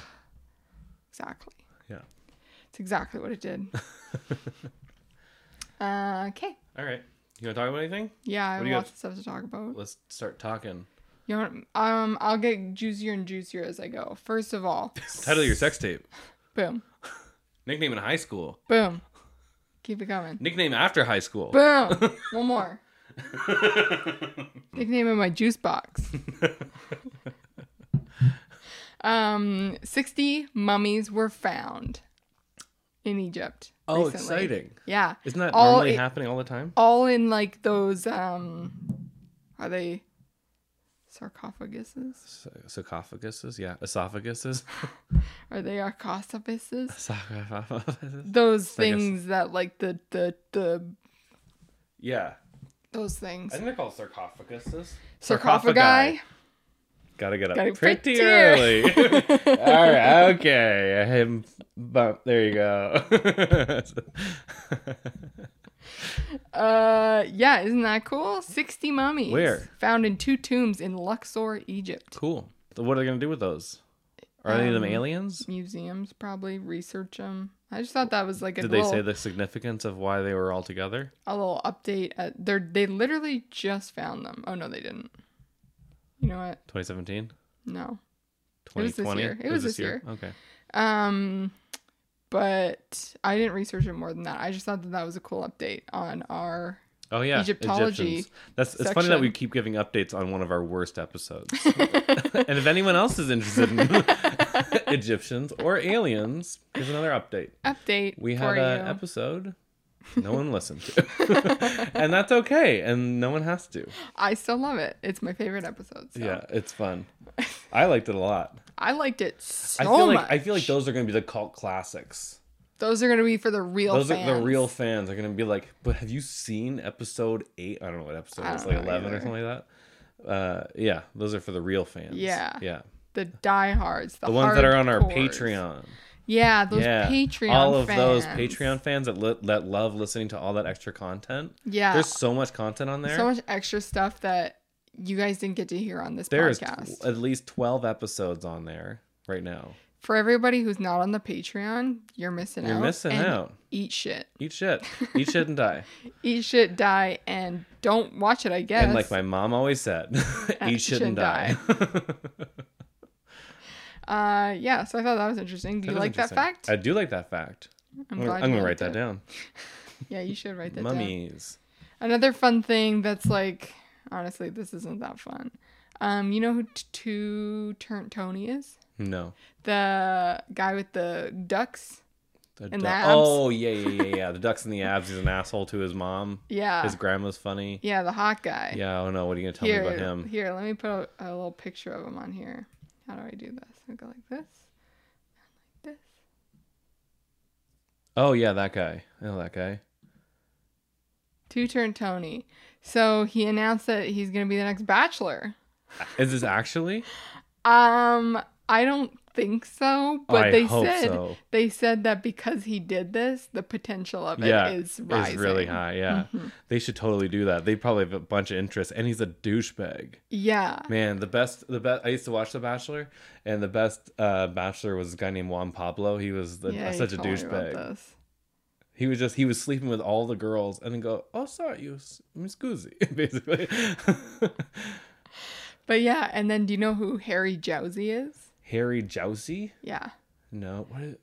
[SPEAKER 3] Exactly.
[SPEAKER 2] Yeah.
[SPEAKER 3] It's exactly what it did. uh, okay.
[SPEAKER 2] All right. You gonna talk about anything?
[SPEAKER 3] Yeah, I
[SPEAKER 2] What
[SPEAKER 3] have
[SPEAKER 2] do you
[SPEAKER 3] lots
[SPEAKER 2] got?
[SPEAKER 3] of stuff to talk about.
[SPEAKER 2] Let's start talking.
[SPEAKER 3] You know, what? um, I'll get juicier and juicier as I go. First of all,
[SPEAKER 2] Title of your sex tape.
[SPEAKER 3] boom,
[SPEAKER 2] Nickname in high school.
[SPEAKER 3] boom, keep it going.
[SPEAKER 2] Nickname after high school.
[SPEAKER 3] Boom, one more. Nickname of my juice box. um, sixty mummies were found in Egypt.
[SPEAKER 2] oh,
[SPEAKER 3] recently.
[SPEAKER 2] exciting!
[SPEAKER 3] Yeah,
[SPEAKER 2] Isn't that
[SPEAKER 3] All
[SPEAKER 2] normally
[SPEAKER 3] it-
[SPEAKER 2] happening all the time?
[SPEAKER 3] all in like those um are they sarcophaguses
[SPEAKER 2] Sarcophaguses, yeah, esophaguses,
[SPEAKER 3] are they sarcophaguses
[SPEAKER 2] sarcophaguses.
[SPEAKER 3] those
[SPEAKER 2] I guess-
[SPEAKER 3] things that like the the the
[SPEAKER 2] Yeah,
[SPEAKER 3] those things
[SPEAKER 2] I think they're called sarcophaguses.
[SPEAKER 3] sarcophagi
[SPEAKER 2] Gotta get up
[SPEAKER 3] Gotta be
[SPEAKER 2] pretty
[SPEAKER 3] prettier.
[SPEAKER 2] early. All right, okay. Him, bump. There you go.
[SPEAKER 3] uh yeah isn't that cool 60 mummies
[SPEAKER 2] Where?
[SPEAKER 3] found in two tombs in luxor egypt
[SPEAKER 2] cool. So what are they gonna do with those? Are any of them
[SPEAKER 3] Um,
[SPEAKER 2] aliens?
[SPEAKER 3] museums probably research them i just thought that was like a,
[SPEAKER 2] Did they
[SPEAKER 3] little,
[SPEAKER 2] say the significance of why they were all together?
[SPEAKER 3] a little update at they're they literally just found them oh no they didn't you know what
[SPEAKER 2] 2017,
[SPEAKER 3] no It was this
[SPEAKER 2] 2020.
[SPEAKER 3] year. It was this year.
[SPEAKER 2] Okay.
[SPEAKER 3] Um, but I didn't research it more than that. I just thought that that was a cool update on our.
[SPEAKER 2] Oh yeah,
[SPEAKER 3] Egyptology
[SPEAKER 2] Egyptians. That's it's funny that we
[SPEAKER 3] section.
[SPEAKER 2] keep giving updates on one of our worst episodes. and if anyone else is interested in Egyptians or aliens, here's another update.
[SPEAKER 3] Update.
[SPEAKER 2] We
[SPEAKER 3] for
[SPEAKER 2] had an
[SPEAKER 3] you.
[SPEAKER 2] episode no one listened to, and that's okay, and no one has to.
[SPEAKER 3] I still love it. It's my favorite episode. So.
[SPEAKER 2] Yeah, it's fun. I liked it a lot.
[SPEAKER 3] I liked it so
[SPEAKER 2] I feel
[SPEAKER 3] much.
[SPEAKER 2] like I feel like those are going to be the cult classics.
[SPEAKER 3] those are gonna be for the real.
[SPEAKER 2] Those
[SPEAKER 3] fans.
[SPEAKER 2] are the real fans are gonna be like, but have you seen episode eight? I don't know what episode
[SPEAKER 3] I
[SPEAKER 2] it's
[SPEAKER 3] don't
[SPEAKER 2] like
[SPEAKER 3] know
[SPEAKER 2] eleven or
[SPEAKER 3] either.
[SPEAKER 2] something like that. Uh, yeah, those are for the real fans.
[SPEAKER 3] Yeah.
[SPEAKER 2] yeah,
[SPEAKER 3] the diehards, the,
[SPEAKER 2] the ones that are on our
[SPEAKER 3] hardcores.
[SPEAKER 2] Patreon.
[SPEAKER 3] Yeah, those
[SPEAKER 2] yeah,
[SPEAKER 3] Patreon.
[SPEAKER 2] all of those
[SPEAKER 3] fans.
[SPEAKER 2] Patreon fans that li- that love listening to all that extra content.
[SPEAKER 3] Yeah.
[SPEAKER 2] there's so much content on there.
[SPEAKER 3] So much extra stuff that you guys didn't get to hear on this
[SPEAKER 2] there's tw-
[SPEAKER 3] podcast.
[SPEAKER 2] at least twelve episodes on there right now.
[SPEAKER 3] for everybody who's not on the Patreon, you're missing
[SPEAKER 2] You're
[SPEAKER 3] out.
[SPEAKER 2] missing
[SPEAKER 3] and
[SPEAKER 2] out.
[SPEAKER 3] Eat shit.
[SPEAKER 2] Eat shit, eat shit and die.
[SPEAKER 3] eat shit, die, and don't watch it. I guess.
[SPEAKER 2] And like my mom always said, eat shit and die.
[SPEAKER 3] uh, yeah. So I thought that was interesting. Do you
[SPEAKER 2] That is
[SPEAKER 3] like that
[SPEAKER 2] interesting.
[SPEAKER 3] fact?
[SPEAKER 2] I do like that fact. I'm, gonna,
[SPEAKER 3] glad
[SPEAKER 2] I'm
[SPEAKER 3] you
[SPEAKER 2] gonna write
[SPEAKER 3] liked
[SPEAKER 2] that
[SPEAKER 3] it.
[SPEAKER 2] down.
[SPEAKER 3] Yeah, you should write that down.
[SPEAKER 2] Mummies.
[SPEAKER 3] Another fun thing that's like, honestly, this isn't that fun. Um, you know who t- Two Turn Tony is?
[SPEAKER 2] No.
[SPEAKER 3] The guy with the ducks.
[SPEAKER 2] The
[SPEAKER 3] And
[SPEAKER 2] duck-
[SPEAKER 3] the abs.
[SPEAKER 2] Oh yeah, yeah, yeah, yeah. The ducks and the abs. He's an asshole to his mom.
[SPEAKER 3] Yeah.
[SPEAKER 2] His grandma's funny.
[SPEAKER 3] yeah, the hot guy.
[SPEAKER 2] Yeah. Oh no. What are you gonna tell
[SPEAKER 3] here,
[SPEAKER 2] me about him?
[SPEAKER 3] here. Let me put a, a little picture of him on here. How do I do this? I go like this. Like this.
[SPEAKER 2] Oh yeah, that guy. I know that guy.
[SPEAKER 3] Two Turn Tony. So he announced that he's gonna be the next Bachelor.
[SPEAKER 2] Is this actually?
[SPEAKER 3] Um, I don't think so, but
[SPEAKER 2] I
[SPEAKER 3] they
[SPEAKER 2] hope
[SPEAKER 3] said
[SPEAKER 2] so.
[SPEAKER 3] they said that because he did this, the potential of it is
[SPEAKER 2] yeah.
[SPEAKER 3] rising. Mm-hmm.
[SPEAKER 2] It's really high. Yeah. They should totally do that. They probably have a bunch of interest. And he's a douchebag.
[SPEAKER 3] Yeah.
[SPEAKER 2] Man, the best, the best. I used to watch The Bachelor, and the best uh, Bachelor was a guy named Juan Pablo. He was the,
[SPEAKER 3] yeah, you
[SPEAKER 2] such a
[SPEAKER 3] told me about
[SPEAKER 2] douchebag.
[SPEAKER 3] this.
[SPEAKER 2] He was just he was sleeping with all the girls and then go, oh sorry, you s- Miss Guzzi, basically.
[SPEAKER 3] But yeah, and then do you know who Harry Jowsey is?
[SPEAKER 2] Harry Jousey?
[SPEAKER 3] Yeah.
[SPEAKER 2] No, what is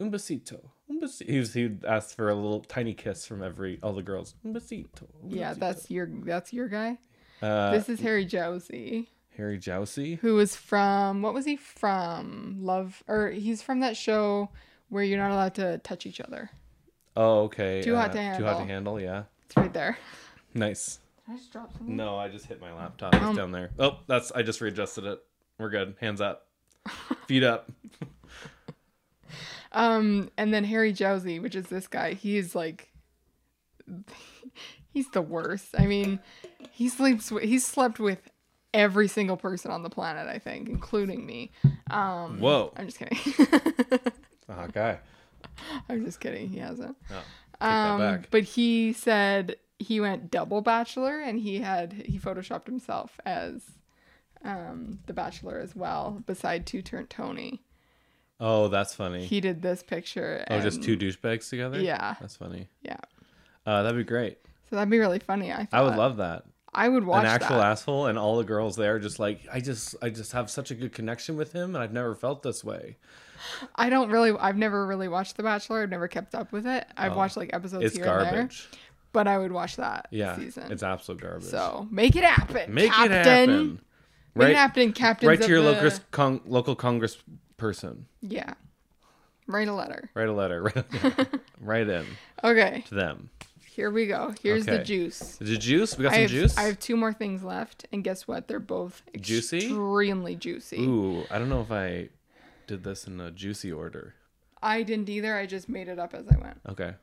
[SPEAKER 2] Un besito. Un besi- He was he asked for a little tiny kiss from every all the girls. Un besito. un
[SPEAKER 3] Yeah,
[SPEAKER 2] besito."
[SPEAKER 3] that's your that's your guy.
[SPEAKER 2] Uh,
[SPEAKER 3] this is Harry Jowsey,
[SPEAKER 2] Harry Jousey.
[SPEAKER 3] who was from what was he from? Love or he's from that show where you're not allowed to touch each other.
[SPEAKER 2] Oh, okay.
[SPEAKER 3] Too Hot to
[SPEAKER 2] Too hot to
[SPEAKER 3] Handle.
[SPEAKER 2] handle. Yeah,
[SPEAKER 3] It's right there.
[SPEAKER 2] nice.
[SPEAKER 3] Did I just drop something?
[SPEAKER 2] No, I just hit my laptop. It's
[SPEAKER 3] Um.
[SPEAKER 2] down there. Oh, that's I just readjusted it. We're good. Hands up. Feet up.
[SPEAKER 3] Um, and then Harry Jowsey, which is this guy, he's like, he's the worst. I mean, he sleeps. With, he's slept with every single person on the planet, I think, including me. Um,
[SPEAKER 2] Whoa.
[SPEAKER 3] I'm just kidding.
[SPEAKER 2] Ah, guy.
[SPEAKER 3] I'm just kidding. He hasn't.
[SPEAKER 2] No, take that
[SPEAKER 3] Um,
[SPEAKER 2] back.
[SPEAKER 3] but he said he went double bachelor, and he had he photoshopped himself as um the bachelor as well, beside Two Turn Tony.
[SPEAKER 2] Oh, that's funny.
[SPEAKER 3] He did this picture.
[SPEAKER 2] oh, just
[SPEAKER 3] and-
[SPEAKER 2] two douchebags together.
[SPEAKER 3] Yeah.
[SPEAKER 2] that's funny.
[SPEAKER 3] Yeah.
[SPEAKER 2] Uh, that'd be great.
[SPEAKER 3] So that'd be really funny. I thought.
[SPEAKER 2] I would love that.
[SPEAKER 3] I would Uh, watch
[SPEAKER 2] An actual
[SPEAKER 3] that.
[SPEAKER 2] asshole, and all the girls there just like I just I just have such a good connection with him, and I've never felt this way.
[SPEAKER 3] I don't really. I've never really watched The Bachelor. I've never kept up with it. I've watched like episodes
[SPEAKER 2] Oh, It's
[SPEAKER 3] here and there,
[SPEAKER 2] garbage.
[SPEAKER 3] but I would watch that
[SPEAKER 2] Yeah,
[SPEAKER 3] season.
[SPEAKER 2] it's absolute garbage.
[SPEAKER 3] so make it happen,
[SPEAKER 2] make
[SPEAKER 3] Captain.
[SPEAKER 2] it happen.
[SPEAKER 3] Make
[SPEAKER 2] Right,
[SPEAKER 3] it happen, Captain.
[SPEAKER 2] right to your local con- local Congress person.
[SPEAKER 3] Yeah, write a letter.
[SPEAKER 2] Write a letter. Write, write in
[SPEAKER 3] Okay,
[SPEAKER 2] to them.
[SPEAKER 3] here we go. Here's the
[SPEAKER 2] Okay.
[SPEAKER 3] juice.
[SPEAKER 2] Is it juice? We got
[SPEAKER 3] I
[SPEAKER 2] some
[SPEAKER 3] have,
[SPEAKER 2] juice.
[SPEAKER 3] I have two more things left, and guess what? They're both
[SPEAKER 2] Juicy?
[SPEAKER 3] extremely juicy.
[SPEAKER 2] Ooh, I don't know if I did this in a juicy order.
[SPEAKER 3] I didn't either. I just made it up as I went.
[SPEAKER 2] Okay.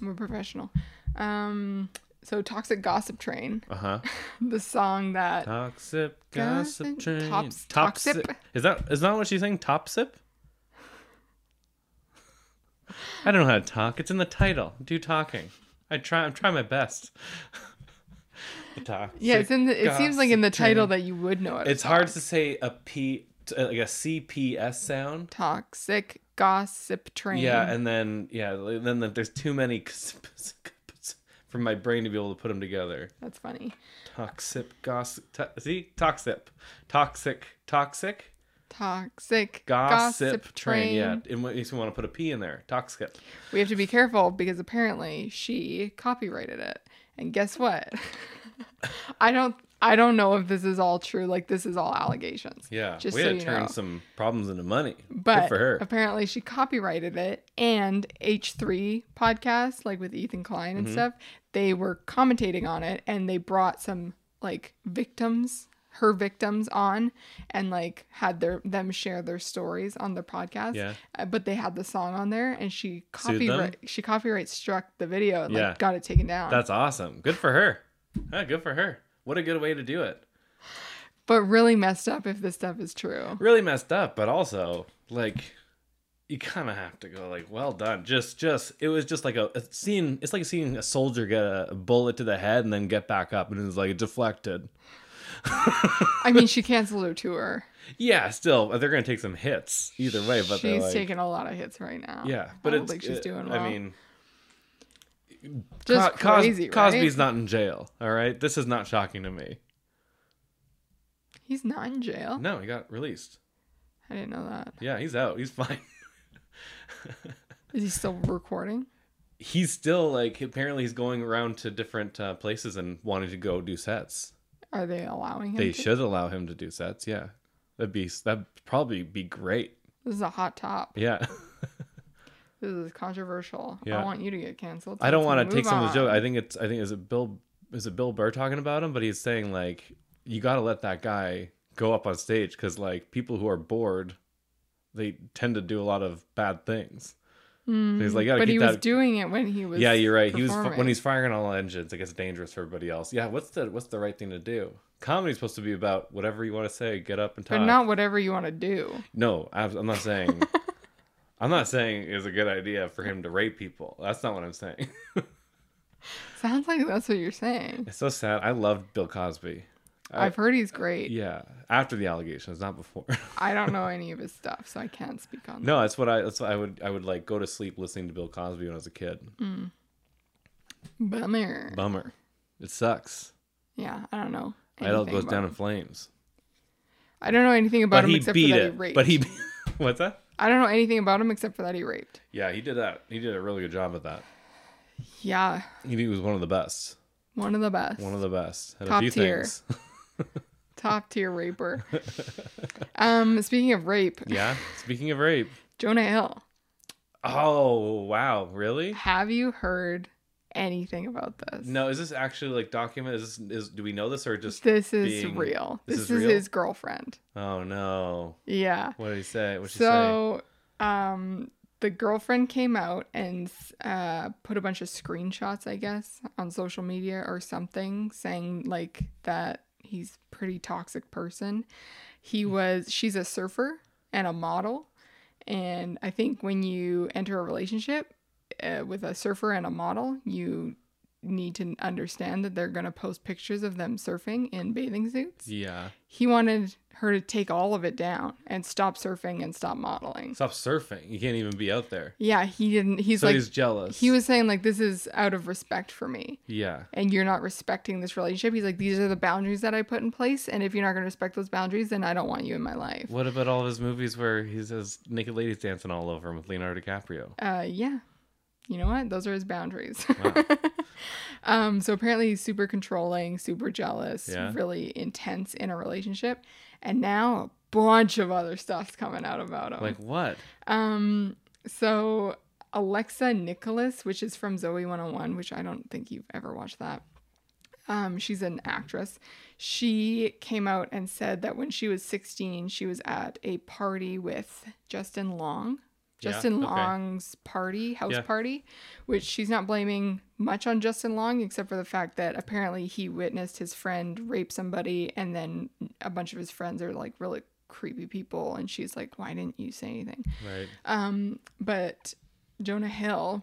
[SPEAKER 3] I'm a professional. Um, so toxic gossip train,
[SPEAKER 2] Uh huh.
[SPEAKER 3] the song that
[SPEAKER 2] Toxic gossip
[SPEAKER 3] Gossip-
[SPEAKER 2] train.
[SPEAKER 3] tops- toxip?
[SPEAKER 2] Is that is that what she's saying? Top sip. I don't know how to talk. It's in the title. Do talking. I try. I'm trying my best. The toxic
[SPEAKER 3] Yeah, it's in the, it seems like in the
[SPEAKER 2] gossip
[SPEAKER 3] title
[SPEAKER 2] train.
[SPEAKER 3] that you would know it.
[SPEAKER 2] It's hard to say a p t- like a cps sound.
[SPEAKER 3] toxic gossip train.
[SPEAKER 2] Yeah, and then yeah, li- then the, there's too many for my brain to be able to put them together.
[SPEAKER 3] that's funny.
[SPEAKER 2] Toxic gossip. To, see, toxic, toxic, toxic
[SPEAKER 3] Toxic
[SPEAKER 2] gossip, train. Yeah, it makes me want to put a P in there. Toxic.
[SPEAKER 3] We have to be careful because apparently she copyrighted it. And guess what? I don't I don't know if this is all true. Like this is all allegations.
[SPEAKER 2] Yeah,
[SPEAKER 3] Just
[SPEAKER 2] we
[SPEAKER 3] so
[SPEAKER 2] had
[SPEAKER 3] you
[SPEAKER 2] to turn
[SPEAKER 3] know.
[SPEAKER 2] some problems into money.
[SPEAKER 3] But
[SPEAKER 2] Good for her.
[SPEAKER 3] apparently she copyrighted it and H3 podcast, like with Ethan Klein
[SPEAKER 2] Mm-hmm.
[SPEAKER 3] and stuff, they were commentating on it and they brought some like victims, her victims on and like had their them share their stories on their podcast.
[SPEAKER 2] Yeah.
[SPEAKER 3] Uh, but they had the song on there and she
[SPEAKER 2] Sued them?
[SPEAKER 3] copyright she copyright struck the video and
[SPEAKER 2] Yeah.
[SPEAKER 3] like got it taken down.
[SPEAKER 2] That's awesome. Good for her. Yeah, good for her. What a good way to do it.
[SPEAKER 3] but really messed up if this stuff is true.
[SPEAKER 2] really messed up but also like you kind of have to go like well done just just it was just like a, a scene it's like seeing a soldier get a, a bullet to the head and then get back up and it's like deflected
[SPEAKER 3] I mean she canceled her tour.
[SPEAKER 2] yeah still they're gonna take some hits either way but they're
[SPEAKER 3] she's
[SPEAKER 2] like
[SPEAKER 3] taking a lot of hits right now.
[SPEAKER 2] yeah but
[SPEAKER 3] I don't
[SPEAKER 2] it's
[SPEAKER 3] think she's
[SPEAKER 2] uh,
[SPEAKER 3] doing
[SPEAKER 2] i
[SPEAKER 3] well.
[SPEAKER 2] mean
[SPEAKER 3] just
[SPEAKER 2] Co- Cos-
[SPEAKER 3] crazy, right?
[SPEAKER 2] cosby's not in jail all right this is not shocking to me
[SPEAKER 3] He's not in jail.
[SPEAKER 2] no he got released
[SPEAKER 3] I didn't know that.
[SPEAKER 2] yeah he's out he's fine
[SPEAKER 3] Is he still recording?
[SPEAKER 2] he's still like apparently he's going around to different uh, places and wanting to go do sets
[SPEAKER 3] Are they allowing him?
[SPEAKER 2] They
[SPEAKER 3] to?
[SPEAKER 2] should allow him to do sets. Yeah, that'd be that'd probably be great.
[SPEAKER 3] This is a hot top.
[SPEAKER 2] Yeah,
[SPEAKER 3] This is controversial.
[SPEAKER 2] Yeah.
[SPEAKER 3] I want you to get canceled.
[SPEAKER 2] I don't
[SPEAKER 3] Let's
[SPEAKER 2] want to take
[SPEAKER 3] move
[SPEAKER 2] someone's joke.
[SPEAKER 3] on.
[SPEAKER 2] I think it's I think is it Bill is it Bill Burr talking about him? But he's saying like you got to let that guy go up on stage because like people who are bored, they tend to do a lot of bad things. So he's like, you gotta
[SPEAKER 3] but
[SPEAKER 2] keep
[SPEAKER 3] he
[SPEAKER 2] that.
[SPEAKER 3] was doing it when he was.
[SPEAKER 2] yeah, you're right. He was fu- when
[SPEAKER 3] performing.
[SPEAKER 2] he's firing on all engines. It gets dangerous for everybody else. Yeah, what's the what's the right thing to do? Comedy's supposed to be about whatever you want to say. Get up and talk.
[SPEAKER 3] But not whatever you want to do.
[SPEAKER 2] No, abs- I'm not saying. I'm not saying it's a good idea for him to rape people. That's not what I'm saying.
[SPEAKER 3] Sounds like that's what you're saying.
[SPEAKER 2] It's so sad. I loved Bill Cosby. I-
[SPEAKER 3] I've heard he's great.
[SPEAKER 2] Yeah, after the allegations, not before.
[SPEAKER 3] I don't know any of his stuff, so I can't speak on
[SPEAKER 2] no, that's what I. That's what I would. I would like go to sleep listening to Bill Cosby when I was a kid.
[SPEAKER 3] Mm. that. Bummer.
[SPEAKER 2] Bummer. It sucks.
[SPEAKER 3] yeah, I don't know.
[SPEAKER 2] It all
[SPEAKER 3] anything
[SPEAKER 2] goes
[SPEAKER 3] about
[SPEAKER 2] down in
[SPEAKER 3] him.
[SPEAKER 2] flames.
[SPEAKER 3] I don't know anything about
[SPEAKER 2] But
[SPEAKER 3] him
[SPEAKER 2] he
[SPEAKER 3] except
[SPEAKER 2] beat
[SPEAKER 3] for that
[SPEAKER 2] it.
[SPEAKER 3] he raped.
[SPEAKER 2] but he. What's that?
[SPEAKER 3] I don't know anything about him except for that he raped.
[SPEAKER 2] Yeah, he did that. He did a really good job at that.
[SPEAKER 3] Yeah,
[SPEAKER 2] He was one of the best.
[SPEAKER 3] one of the best.
[SPEAKER 2] One of the best. Had
[SPEAKER 3] Top
[SPEAKER 2] a few
[SPEAKER 3] tier.
[SPEAKER 2] things.
[SPEAKER 3] top tier raper. um, speaking of rape,
[SPEAKER 2] yeah. Speaking of rape.
[SPEAKER 3] Jonah Hill.
[SPEAKER 2] Oh wow! Really?
[SPEAKER 3] Have you heard anything about this.
[SPEAKER 2] No, is this actually like document? Is this is do we know this or just
[SPEAKER 3] This is
[SPEAKER 2] being-
[SPEAKER 3] real.
[SPEAKER 2] This,
[SPEAKER 3] This,
[SPEAKER 2] is,
[SPEAKER 3] is,
[SPEAKER 2] real.
[SPEAKER 3] his girlfriend.
[SPEAKER 2] Oh no!
[SPEAKER 3] Yeah.
[SPEAKER 2] What did he say? What did
[SPEAKER 3] so, um, the girlfriend came out and uh, put a bunch of screenshots, I guess, on social media or something, saying like that he's a pretty toxic person. He was. She's a surfer and a model, and I think when you enter a relationship uh, with a surfer and a model, you need to understand that they're going to post pictures of them surfing in bathing suits
[SPEAKER 2] he say? Yeah.
[SPEAKER 3] he wanted her to take all of it down and stop surfing and stop modeling.
[SPEAKER 2] Stop surfing. You can't even be out there.
[SPEAKER 3] yeah, he didn't. He's
[SPEAKER 2] so
[SPEAKER 3] like,
[SPEAKER 2] he's jealous.
[SPEAKER 3] he was saying, like, this is out of respect for me.
[SPEAKER 2] Yeah.
[SPEAKER 3] And you're not respecting this relationship. He's like, these are the boundaries that I put in place. And if you're not going to respect those boundaries, then I don't want you in my life.
[SPEAKER 2] What about all of his movies where he says naked ladies dancing all over him with Leonardo DiCaprio?
[SPEAKER 3] Uh, yeah. You know what? Those are his boundaries.
[SPEAKER 2] Wow.
[SPEAKER 3] um, so apparently he's super controlling, super jealous,
[SPEAKER 2] Yeah.
[SPEAKER 3] really intense in a relationship. And now a bunch of other stuff's coming out about him.
[SPEAKER 2] like what?
[SPEAKER 3] Um, so Alexa Nicholas, which is from Zoe 101, which I don't think you've ever watched that. Um, she's an actress. She came out and said that when she was 16, she was at a party with Justin Long.
[SPEAKER 2] Yeah, okay.
[SPEAKER 3] Justin Long's party, house
[SPEAKER 2] Yeah.
[SPEAKER 3] party, which she's not blaming much on Justin Long, except for the fact that apparently he witnessed his friend rape somebody, and then a bunch of his friends are like really creepy people, and she's like, "Why didn't you say anything?"
[SPEAKER 2] Right.
[SPEAKER 3] Um, but Jonah Hill,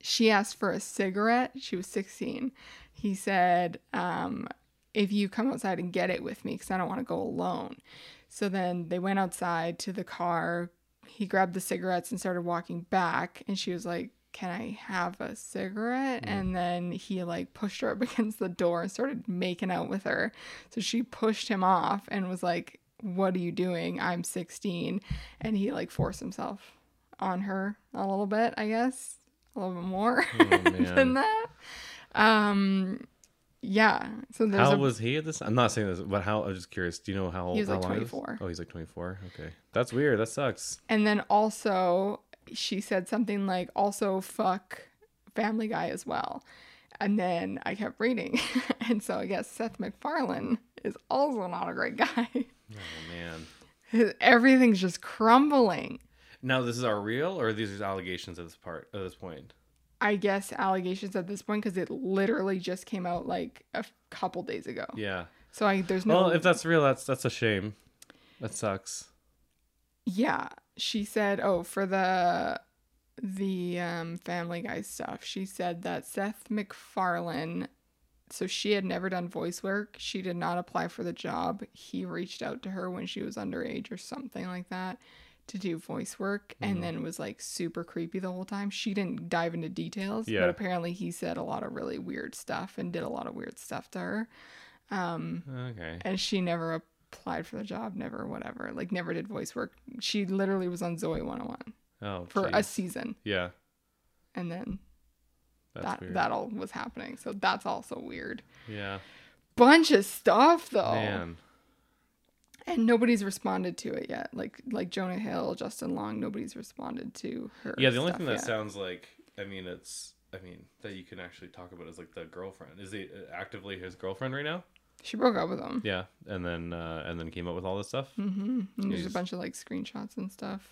[SPEAKER 3] she asked for a cigarette. She was 16. He said, um, if you come outside and get it with me, because I don't want to go alone. So then they went outside to the car. He grabbed the cigarettes and started walking back. And she was like, Can I have a cigarette? And then he like pushed her up against the door and started making out with her. So she pushed him off and was like, What are you doing? I'm 16. And he like forced himself on her a little bit, I guess, a little bit more
[SPEAKER 2] Oh, man.
[SPEAKER 3] than that. Um, yeah. So there's
[SPEAKER 2] How
[SPEAKER 3] a,
[SPEAKER 2] was he at this? I'm not saying this, but how? I'm just curious. Do you know how old?
[SPEAKER 3] He was
[SPEAKER 2] how
[SPEAKER 3] like
[SPEAKER 2] long
[SPEAKER 3] 24.
[SPEAKER 2] Oh, he's like 24. Okay, that's weird. That sucks.
[SPEAKER 3] and then also she said something like also fuck Family Guy as well. And then I kept reading, and so I guess Seth MacFarlane is also not a great guy.
[SPEAKER 2] Oh man.
[SPEAKER 3] His- Everything's just crumbling.
[SPEAKER 2] Now this is our real, or these are allegations at this part at this point.
[SPEAKER 3] I guess allegations at this point because it literally just came out like a f- couple days ago.
[SPEAKER 2] Yeah.
[SPEAKER 3] So I there's no
[SPEAKER 2] Well, if that's real, that's that's a shame. That sucks.
[SPEAKER 3] Yeah, she said, "Oh, for the the um, Family Guy stuff." She said that Seth MacFarlane. So she had never done voice work. She did not apply for the job. He reached out to her when she was underage or something like that to do voice work and then was like super creepy the whole time. She didn't dive into details,
[SPEAKER 2] Yeah.
[SPEAKER 3] but apparently he said a lot of really weird stuff and did a lot of weird stuff to her. Um
[SPEAKER 2] Okay.
[SPEAKER 3] and she never applied for the job, never whatever, like never did voice work. She literally was on Zoe 101
[SPEAKER 2] Oh.
[SPEAKER 3] for a
[SPEAKER 2] geez.
[SPEAKER 3] season,
[SPEAKER 2] Yeah.
[SPEAKER 3] and then
[SPEAKER 2] That's
[SPEAKER 3] that
[SPEAKER 2] weird.
[SPEAKER 3] that all was happening. So that's also weird.
[SPEAKER 2] Yeah.
[SPEAKER 3] Bunch of stuff though,
[SPEAKER 2] Man.
[SPEAKER 3] and nobody's responded to it yet. Like like Jonah Hill, Justin Long, nobody's responded to her.
[SPEAKER 2] Yeah. The only
[SPEAKER 3] stuff
[SPEAKER 2] thing that
[SPEAKER 3] yet.
[SPEAKER 2] sounds like, I mean, it's, I mean, that you can actually talk about is like the girlfriend. Is he uh, actively his girlfriend right now?
[SPEAKER 3] she broke up with him.
[SPEAKER 2] Yeah. And then, uh, and then came up with all this stuff.
[SPEAKER 3] hmm there's a
[SPEAKER 2] Jesus.
[SPEAKER 3] bunch of like screenshots and stuff.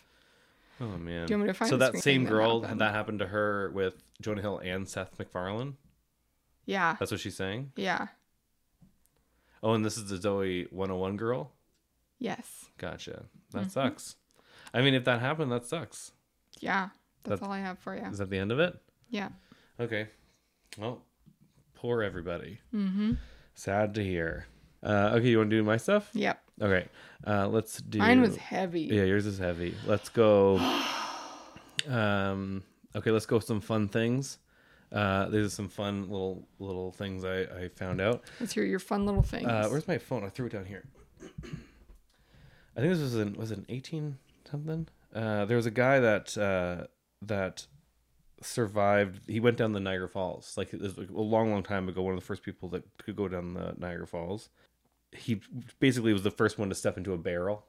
[SPEAKER 2] Oh man.
[SPEAKER 3] Do you want me to find
[SPEAKER 2] so
[SPEAKER 3] the
[SPEAKER 2] that
[SPEAKER 3] screen
[SPEAKER 2] same
[SPEAKER 3] that
[SPEAKER 2] girl
[SPEAKER 3] happened?
[SPEAKER 2] that happened to her with Jonah Hill and Seth MacFarlane.
[SPEAKER 3] Yeah,
[SPEAKER 2] That's what she's saying.
[SPEAKER 3] yeah,
[SPEAKER 2] Oh, and this is the Zoe 101 girl.
[SPEAKER 3] yes,
[SPEAKER 2] Gotcha. That
[SPEAKER 3] Mm-hmm.
[SPEAKER 2] sucks. I mean, if that happened, that sucks.
[SPEAKER 3] yeah. That's,
[SPEAKER 2] That's-
[SPEAKER 3] all I have for you.
[SPEAKER 2] Is that the end of it?
[SPEAKER 3] Yeah.
[SPEAKER 2] Okay. Well, poor everybody.
[SPEAKER 3] Mm-hmm.
[SPEAKER 2] Sad to hear. Uh, okay, you want to do my stuff?
[SPEAKER 3] Yep.
[SPEAKER 2] Okay. Uh, let's do.
[SPEAKER 3] Mine was heavy.
[SPEAKER 2] Yeah, yours is heavy. Let's go. um, okay, let's go with some fun things. Uh, these are some fun little little things I, I found out.
[SPEAKER 3] Let's hear your fun little things.
[SPEAKER 2] Uh, where's my phone? I threw it down here. I think this was in was it an eighteen something? Uh, there was a guy that uh, that survived. He went down the Niagara Falls like it was a long, long time ago. One of the first people that could go down the Niagara Falls. He basically was the first one to step into a barrel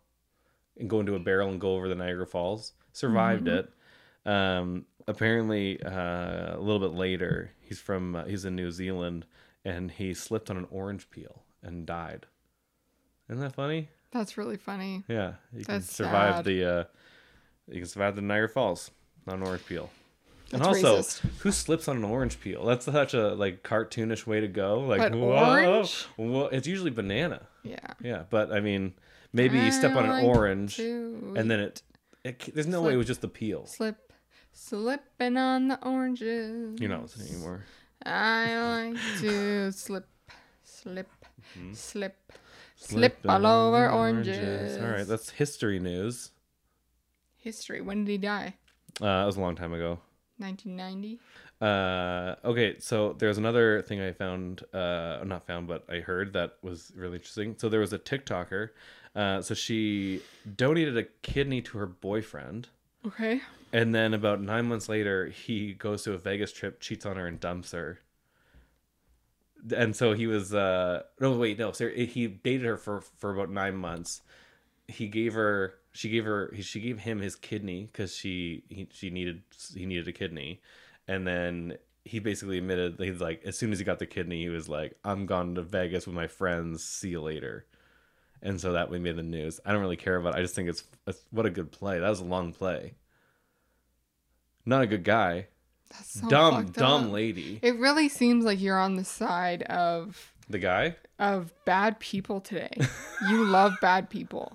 [SPEAKER 2] and go into a barrel and go over the Niagara Falls. Survived it. Um, apparently, uh, a little bit later, he's from uh, he's in New Zealand, and he slipped on an orange peel and died. Isn't that funny?
[SPEAKER 3] That's really funny.
[SPEAKER 2] Yeah, you can
[SPEAKER 3] That's
[SPEAKER 2] survive
[SPEAKER 3] sad.
[SPEAKER 2] the uh, you can survive the Niagara Falls on an orange peel. And
[SPEAKER 3] That's
[SPEAKER 2] also,
[SPEAKER 3] racist.
[SPEAKER 2] who slips on an orange peel? That's such a like cartoonish way to go. Like,
[SPEAKER 3] But
[SPEAKER 2] whoa,
[SPEAKER 3] orange?
[SPEAKER 2] whoa. it's usually banana.
[SPEAKER 3] Yeah.
[SPEAKER 2] Yeah, but I mean, maybe
[SPEAKER 3] I
[SPEAKER 2] you step on an
[SPEAKER 3] like
[SPEAKER 2] orange,
[SPEAKER 3] to
[SPEAKER 2] and then it, it. c- There's no way it was just the peel.
[SPEAKER 3] Slip, slipping on the oranges.
[SPEAKER 2] You're not listening anymore.
[SPEAKER 3] I like to slip, slip, slip, slip
[SPEAKER 2] Hmm. Slipping
[SPEAKER 3] all
[SPEAKER 2] on
[SPEAKER 3] over
[SPEAKER 2] the
[SPEAKER 3] oranges.
[SPEAKER 2] All right, that's history news.
[SPEAKER 3] History. When did he die?
[SPEAKER 2] Uh, that was a long time ago.
[SPEAKER 3] 1990.
[SPEAKER 2] Uh, okay, so there's another thing I found, uh, not found, but I heard that was really interesting. So there was a TikToker. Uh, so she donated a kidney to her boyfriend.
[SPEAKER 3] Okay.
[SPEAKER 2] And then about nine months later, he goes to a Vegas trip, cheats on her, and dumps her. And so he was uh no wait no sir he dated her for for about nine months. He gave her she gave her he- she gave him his kidney because she he, she needed he needed a kidney, and then he basically admitted that he's like as soon as he got the kidney he was like I'm gone to Vegas with my friends see you later, and so that we made the news. I don't really care about it. I just think it's, it's what a good play that was a long play not a good guy.
[SPEAKER 3] That's so
[SPEAKER 2] dumb,
[SPEAKER 3] Oh, fucked
[SPEAKER 2] dumb
[SPEAKER 3] up.
[SPEAKER 2] lady.
[SPEAKER 3] It really seems like you're on the side of
[SPEAKER 2] The guy?
[SPEAKER 3] of bad people today. you love bad people.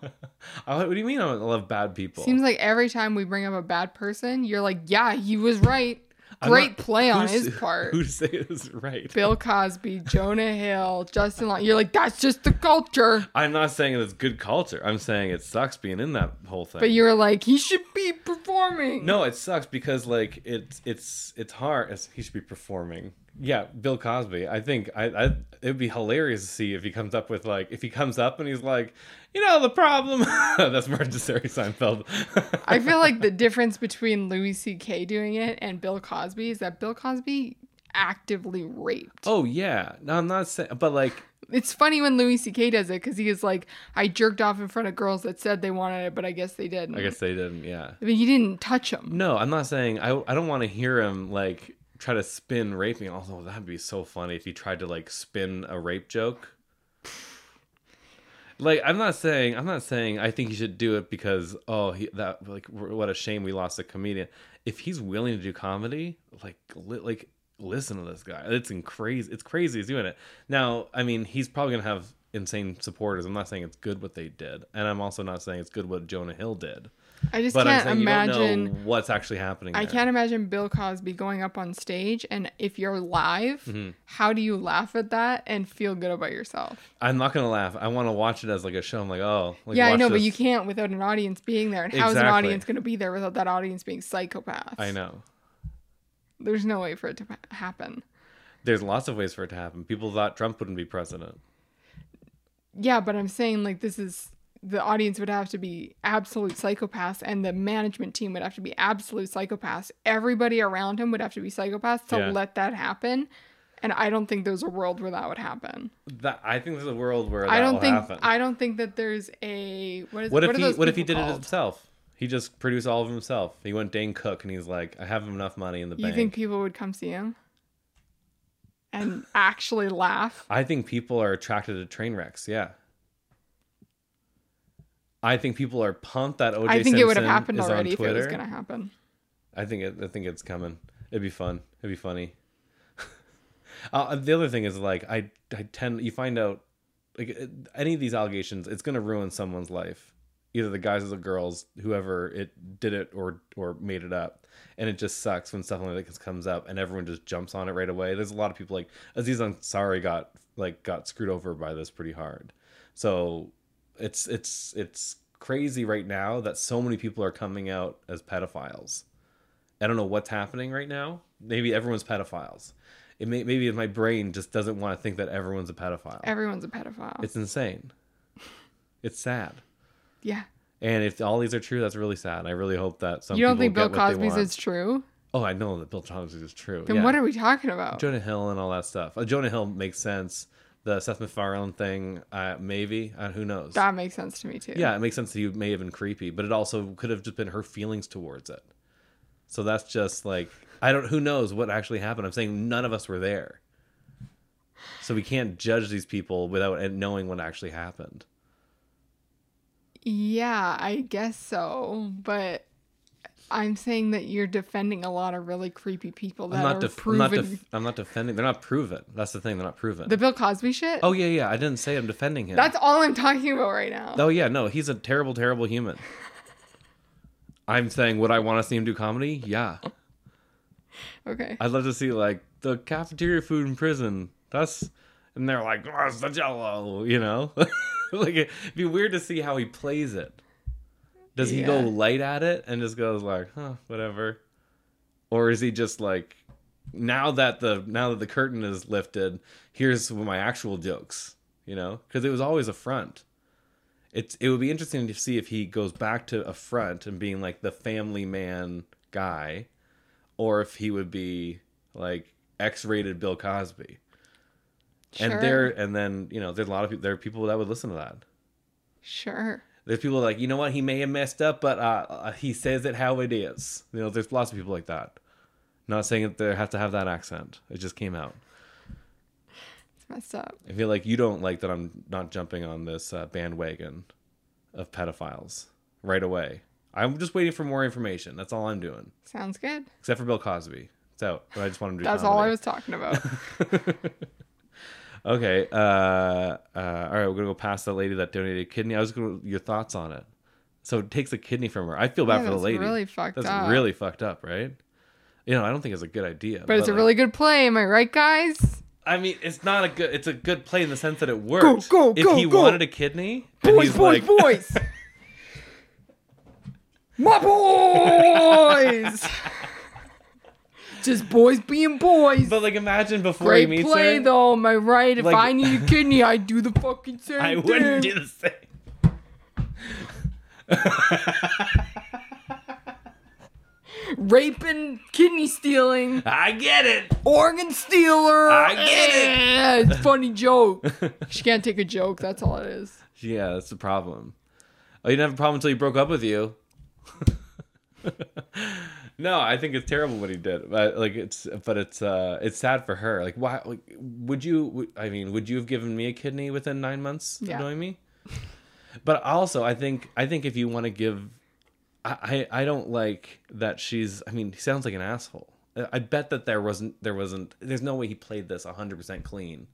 [SPEAKER 2] I, what do you mean I don't love bad people?
[SPEAKER 3] Seems like every time we bring up a bad person, you're like, yeah, he was right.
[SPEAKER 2] I'm
[SPEAKER 3] Great
[SPEAKER 2] not-
[SPEAKER 3] play on
[SPEAKER 2] who's-
[SPEAKER 3] his part.
[SPEAKER 2] Who to say it was right?
[SPEAKER 3] Bill Cosby, Jonah Hill, Justin Long. You're like, that's just the culture.
[SPEAKER 2] I'm not saying it's good culture. I'm saying it sucks being in that whole thing.
[SPEAKER 3] But you're like, he should be performing.
[SPEAKER 2] no, it sucks because like it's it's it's hard. It's, he should be performing. Yeah, Bill Cosby. I think I, I it would be hilarious to see if he comes up with like if he comes up and he's like, you know, the problem. That's Martin Sari Seinfeld.
[SPEAKER 3] I feel like the difference between Louis C.K. doing it and Bill Cosby is that Bill Cosby actively raped.
[SPEAKER 2] oh yeah, no, I'm not saying, but like
[SPEAKER 3] It's funny when Louis C.K. does it because he is like, I jerked off in front of girls that said they wanted it, but I guess they didn't.
[SPEAKER 2] I guess they didn't. Yeah.
[SPEAKER 3] I mean, you didn't touch them.
[SPEAKER 2] No, I'm not saying I I don't want to hear him like try to spin raping. Although that'd be so funny if he tried to like spin a rape joke. Like I'm not saying I'm not saying I think he should do it because oh he that like what a shame we lost a comedian. If he's willing to do comedy, like li- like listen to this guy. It's in crazy. It's crazy he's doing it. Now, I mean, he's probably gonna have insane supporters. I'm not saying it's good what they did, and I'm also not saying it's good what Jonah Hill did
[SPEAKER 3] I just
[SPEAKER 2] but I'm
[SPEAKER 3] can't
[SPEAKER 2] saying
[SPEAKER 3] imagine.
[SPEAKER 2] you don't know what's actually happening.
[SPEAKER 3] I
[SPEAKER 2] there.
[SPEAKER 3] can't imagine Bill Cosby going up on stage and if you're live,
[SPEAKER 2] Mm-hmm.
[SPEAKER 3] how do you laugh at that and feel good about yourself?
[SPEAKER 2] I'm not gonna laugh. I want to watch it as like a show. I'm like, oh, like,
[SPEAKER 3] yeah, I
[SPEAKER 2] watch
[SPEAKER 3] know, but
[SPEAKER 2] this.
[SPEAKER 3] you can't without an audience being there. And how's an
[SPEAKER 2] Exactly.
[SPEAKER 3] audience going to be there without that audience being psychopaths?
[SPEAKER 2] I know.
[SPEAKER 3] There's no way for it to pa- happen.
[SPEAKER 2] There's lots of ways for it to happen. People thought Trump wouldn't be president.
[SPEAKER 3] Yeah, but I'm saying like this is the audience would have to be absolute psychopaths and the management team would have to be absolute psychopaths. Everybody around him would have to be psychopaths to
[SPEAKER 2] Yeah.
[SPEAKER 3] let that happen. And I don't think there's a world where that would happen.
[SPEAKER 2] That I think there's a world where that
[SPEAKER 3] I don't
[SPEAKER 2] will
[SPEAKER 3] think
[SPEAKER 2] happen.
[SPEAKER 3] I don't think that there's a what is
[SPEAKER 2] what if
[SPEAKER 3] are
[SPEAKER 2] he
[SPEAKER 3] those
[SPEAKER 2] What if he
[SPEAKER 3] people
[SPEAKER 2] did it
[SPEAKER 3] called?
[SPEAKER 2] himself? He just produced all of himself. He went Dane Cook, and he's like, I have enough money in the
[SPEAKER 3] You
[SPEAKER 2] bank.
[SPEAKER 3] think people would come see him and actually laugh?
[SPEAKER 2] I think people are attracted to train wrecks. Yeah. I think people are pumped that OJ
[SPEAKER 3] I think it would have
[SPEAKER 2] Simpson
[SPEAKER 3] happened
[SPEAKER 2] is on
[SPEAKER 3] already if it was
[SPEAKER 2] Twitter.
[SPEAKER 3] going to happen.
[SPEAKER 2] I think it, I think it's coming. It'd be fun. It'd be funny. uh, the other thing is like I I tend you find out like uh, any of these allegations, it's gonna ruin someone's life, either the guys or the girls, whoever it did it or or made it up. And it just sucks when stuff like this comes up and everyone just jumps on it right away. There's a lot of people like Aziz Ansari got like got screwed over by this pretty hard. So it's it's it's crazy right now that so many people are coming out as pedophiles. I don't know what's happening right now. Maybe everyone's pedophiles. It may, maybe my brain just doesn't want to think that everyone's a pedophile.
[SPEAKER 3] Everyone's a pedophile.
[SPEAKER 2] it's insane. It's sad.
[SPEAKER 3] yeah.
[SPEAKER 2] And if all these are true, that's really sad. I really hope that some
[SPEAKER 3] You don't
[SPEAKER 2] people
[SPEAKER 3] think Bill
[SPEAKER 2] get what they
[SPEAKER 3] Cosby's
[SPEAKER 2] want.
[SPEAKER 3] is true?
[SPEAKER 2] Oh, I know that Bill Cosby's is true.
[SPEAKER 3] Then
[SPEAKER 2] yeah.
[SPEAKER 3] what are we talking about?
[SPEAKER 2] Jonah Hill and all that stuff? Uh, Jonah Hill makes sense. The Seth MacFarlane thing, uh, maybe. Uh, who knows?
[SPEAKER 3] that makes sense to me too.
[SPEAKER 2] yeah, it makes sense that you may have been creepy, but it also could have just been her feelings towards it. So that's just like I don't. Who knows what actually happened? I'm saying none of us were there, so we can't judge these people without knowing what actually happened.
[SPEAKER 3] Yeah, I guess so. But I'm saying that you're defending a lot of really creepy people that
[SPEAKER 2] I'm not,
[SPEAKER 3] are
[SPEAKER 2] def- I'm,
[SPEAKER 3] proven.
[SPEAKER 2] not def- I'm not defending. They're not proven. That's the thing. They're not proven.
[SPEAKER 3] the Bill Cosby shit.
[SPEAKER 2] oh yeah, yeah. I didn't say I'm defending him.
[SPEAKER 3] that's all I'm talking about right now.
[SPEAKER 2] Oh yeah, no, he's a terrible, terrible human. I'm saying, would I want to see him do comedy? Yeah,
[SPEAKER 3] okay.
[SPEAKER 2] I'd love to see like the cafeteria food in prison. That's and they're like, oh, it's the Jello, you know. like it'd be weird to see how he plays it. Does he go
[SPEAKER 3] Yeah.
[SPEAKER 2] light at it and just goes like, huh, whatever, or is he just like, now that the now that the curtain is lifted, here's my actual jokes, you know? Because it was always a front it's it would be interesting to see if he goes back to a front and being like the family man guy or if he would be like x-rated bill cosby
[SPEAKER 3] Sure.
[SPEAKER 2] and there and then you know there's a lot of people there are people that would listen to that
[SPEAKER 3] Sure.
[SPEAKER 2] there's people like you know what he may have messed up but uh, uh, he says it how it is you know there's lots of people like that not saying that they have to have that accent it just came out
[SPEAKER 3] It's messed up.
[SPEAKER 2] i feel like you don't like that i'm not jumping on this uh, bandwagon of pedophiles right away i'm just waiting for more information that's all i'm doing
[SPEAKER 3] Sounds good.
[SPEAKER 2] except for Bill Cosby. It's out. But I just wanted to. Do
[SPEAKER 3] That's all I was talking about.
[SPEAKER 2] Okay. Uh, uh, all right. We're gonna go past the lady that donated a kidney. I was gonna your thoughts on it. So it takes a kidney from her. I feel bad
[SPEAKER 3] Yeah,
[SPEAKER 2] for the
[SPEAKER 3] that's
[SPEAKER 2] lady.
[SPEAKER 3] really fucked
[SPEAKER 2] that's
[SPEAKER 3] up.
[SPEAKER 2] really fucked up, right? You know, I don't think it's a good idea.
[SPEAKER 3] But it's a
[SPEAKER 2] like,
[SPEAKER 3] really good play, am I right, guys?
[SPEAKER 2] I mean, it's not a good. It's a good play in the sense that it worked.
[SPEAKER 3] go,
[SPEAKER 2] If
[SPEAKER 3] go,
[SPEAKER 2] he
[SPEAKER 3] go.
[SPEAKER 2] wanted a kidney, and
[SPEAKER 3] Boys,
[SPEAKER 2] he's
[SPEAKER 3] boys,
[SPEAKER 2] like,
[SPEAKER 3] boys! My boys! Just boys being boys.
[SPEAKER 2] But like, imagine before he
[SPEAKER 3] Great
[SPEAKER 2] meets
[SPEAKER 3] play,
[SPEAKER 2] her,
[SPEAKER 3] though. Am I right? If
[SPEAKER 2] Like-
[SPEAKER 3] I need a kidney, I'd do the fucking same
[SPEAKER 2] I
[SPEAKER 3] thing.
[SPEAKER 2] wouldn't do the same.
[SPEAKER 3] Raping, kidney stealing,
[SPEAKER 2] I get it.
[SPEAKER 3] organ stealer.
[SPEAKER 2] I get it.
[SPEAKER 3] yeah, it. It's a funny joke. she can't take a joke. That's all it is.
[SPEAKER 2] Yeah, that's the problem. Oh, you didn't have a problem until he broke up with you. no, I think it's terrible what he did. But like it's but it's uh it's sad for her. Like why like would you would- I mean, would you have given me a kidney within 9 months of
[SPEAKER 3] Yeah.
[SPEAKER 2] knowing me? But also, I think I think if you want to give I, I I don't like that she's I mean, he sounds like an asshole. I- I bet that there wasn't there wasn't there's no way he played this 100% clean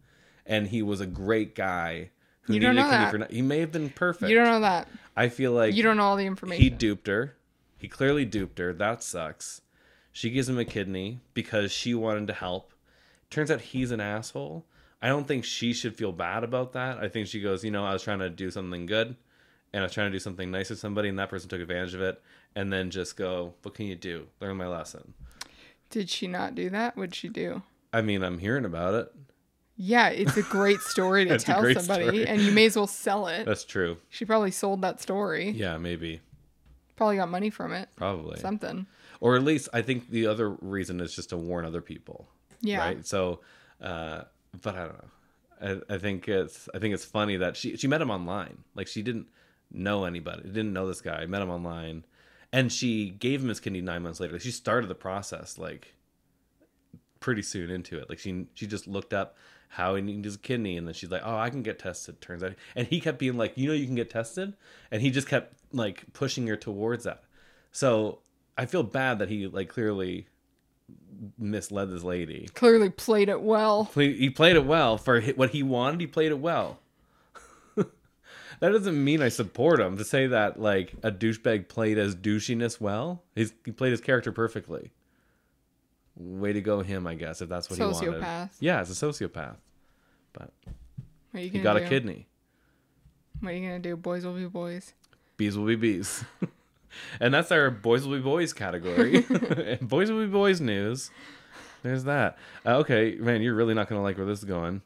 [SPEAKER 2] and he was a great guy who
[SPEAKER 3] You don't
[SPEAKER 2] needed
[SPEAKER 3] know
[SPEAKER 2] a kidney
[SPEAKER 3] that.
[SPEAKER 2] for no- he may have been perfect.
[SPEAKER 3] You don't know that.
[SPEAKER 2] I feel like
[SPEAKER 3] You don't know all the information.
[SPEAKER 2] he duped her. He clearly duped her. That sucks. She gives him a kidney because she wanted to help. Turns out he's an asshole. I don't think she should feel bad about that. I think she goes, you know, I was trying to do something good and I was trying to do something nice to somebody and that person took advantage of it and then just go, what can you do? Learn my lesson.
[SPEAKER 3] Did she not do that? What'd she do?
[SPEAKER 2] I mean, I'm hearing about it.
[SPEAKER 3] Yeah, it's a great story to
[SPEAKER 2] It's a
[SPEAKER 3] tell
[SPEAKER 2] great
[SPEAKER 3] somebody,
[SPEAKER 2] story.
[SPEAKER 3] and you may as well sell it.
[SPEAKER 2] That's true.
[SPEAKER 3] she probably sold that story.
[SPEAKER 2] Yeah, maybe.
[SPEAKER 3] Probably got money from it.
[SPEAKER 2] Probably.
[SPEAKER 3] Something.
[SPEAKER 2] Or at least I think the other reason is just to warn other people.
[SPEAKER 3] Yeah.
[SPEAKER 2] right so uh but i don't know I, I think it's i think it's funny that she she met him online like she didn't know anybody didn't know this guy met him online and she gave him his kidney nine months later she started the process like pretty soon into it like she she just looked up how he needs his kidney and then she's like oh i can get tested turns out and he kept being like you know you can get tested and he just kept like pushing her towards that so i feel bad that he like clearly misled this lady
[SPEAKER 3] Clearly played it well.
[SPEAKER 2] play, he played it well for hi- what he wanted. He played it well. that doesn't mean I support him to say that like a douchebag played his douchiness well. He's, he played his character perfectly. Way to go, him! I guess if that's what he wanted.
[SPEAKER 3] Sociopath.
[SPEAKER 2] Yeah, it's a sociopath. But
[SPEAKER 3] What are you
[SPEAKER 2] he
[SPEAKER 3] gonna
[SPEAKER 2] got
[SPEAKER 3] do?
[SPEAKER 2] a kidney.
[SPEAKER 3] What are you gonna do? Boys will be boys.
[SPEAKER 2] Bees will be bees. and that's our boys will be boys category. boys will be boys news. There's that. Uh, okay, man, you're really not going to like where this is going.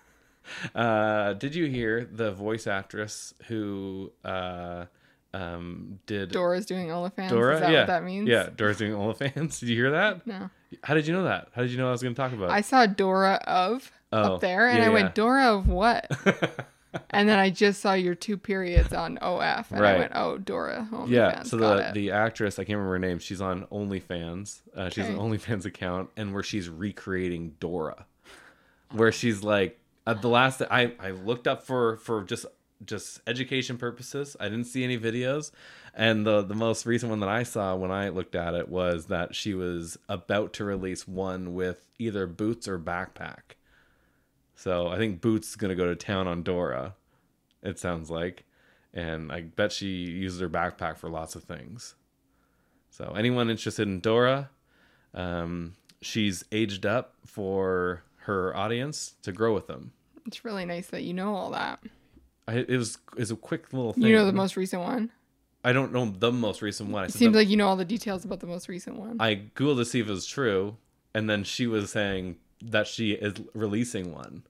[SPEAKER 2] uh, did you hear the voice actress who uh, um, did
[SPEAKER 3] Dora's doing OnlyFans.
[SPEAKER 2] Dora?
[SPEAKER 3] Is that
[SPEAKER 2] yeah.
[SPEAKER 3] what that means?
[SPEAKER 2] Yeah, Dora's doing OnlyFans. Did you hear that?
[SPEAKER 3] No.
[SPEAKER 2] How did you know that? How did you know I was going to talk about
[SPEAKER 3] I
[SPEAKER 2] it?
[SPEAKER 3] saw Dora of
[SPEAKER 2] Oh,
[SPEAKER 3] up there, and
[SPEAKER 2] yeah,
[SPEAKER 3] I
[SPEAKER 2] yeah.
[SPEAKER 3] went Dora of what? and then I just saw your two periods on OF, and
[SPEAKER 2] Right.
[SPEAKER 3] I went, "Oh, Dora, OnlyFans."
[SPEAKER 2] Yeah. So the
[SPEAKER 3] got it.
[SPEAKER 2] the actress, I can't remember her name. She's on OnlyFans. Uh, She's an
[SPEAKER 3] Okay.
[SPEAKER 2] OnlyFans account, and where she's recreating Dora, where she's like at the last. I I looked up for for just just education purposes. I didn't see any videos, and the the most recent one that I saw when I looked at it was that she was about to release one with either boots or backpack. So I think Boots is gonna go to town on Dora. It sounds like, and I bet she uses her backpack for lots of things. So anyone interested in Dora, um, she's aged up for her audience to grow with them.
[SPEAKER 3] it's really nice that you know all that.
[SPEAKER 2] I, it was is a quick little thing.
[SPEAKER 3] You know the most recent one.
[SPEAKER 2] I don't know the most recent one. I
[SPEAKER 3] It
[SPEAKER 2] said
[SPEAKER 3] seems
[SPEAKER 2] the-
[SPEAKER 3] like you know all the details about the most recent one.
[SPEAKER 2] I googled to see if it was true, and then she was saying that she is releasing one,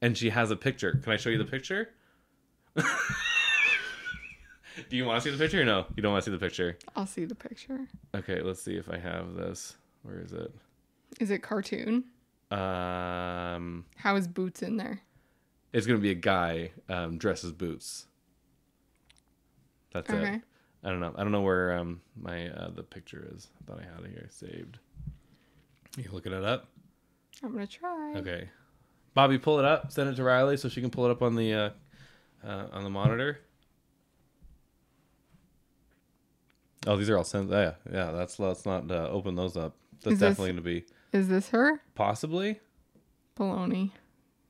[SPEAKER 2] and she has a picture. Can I show you the picture? Do you want to see the picture or no? You don't want to see the picture.
[SPEAKER 3] I'll see the picture.
[SPEAKER 2] Okay, let's see if I have this. Where is it?
[SPEAKER 3] Is it cartoon?
[SPEAKER 2] Um,
[SPEAKER 3] How is Boots in there?
[SPEAKER 2] it's gonna be a guy um, dressed as Boots. That's it.
[SPEAKER 3] Okay.
[SPEAKER 2] I don't know. I don't know where um, my uh, the picture is. I thought I had it here saved. You looking it up?
[SPEAKER 3] I'm gonna try.
[SPEAKER 2] Okay, Bobby, pull it up. Send it to Riley so she can pull it up on the uh, uh, on the monitor. Oh, these are all sent. Yeah, yeah. That's let's not uh, open those up. That's
[SPEAKER 3] Is this-
[SPEAKER 2] definitely gonna be
[SPEAKER 3] Is this her?
[SPEAKER 2] possibly.
[SPEAKER 3] Baloney.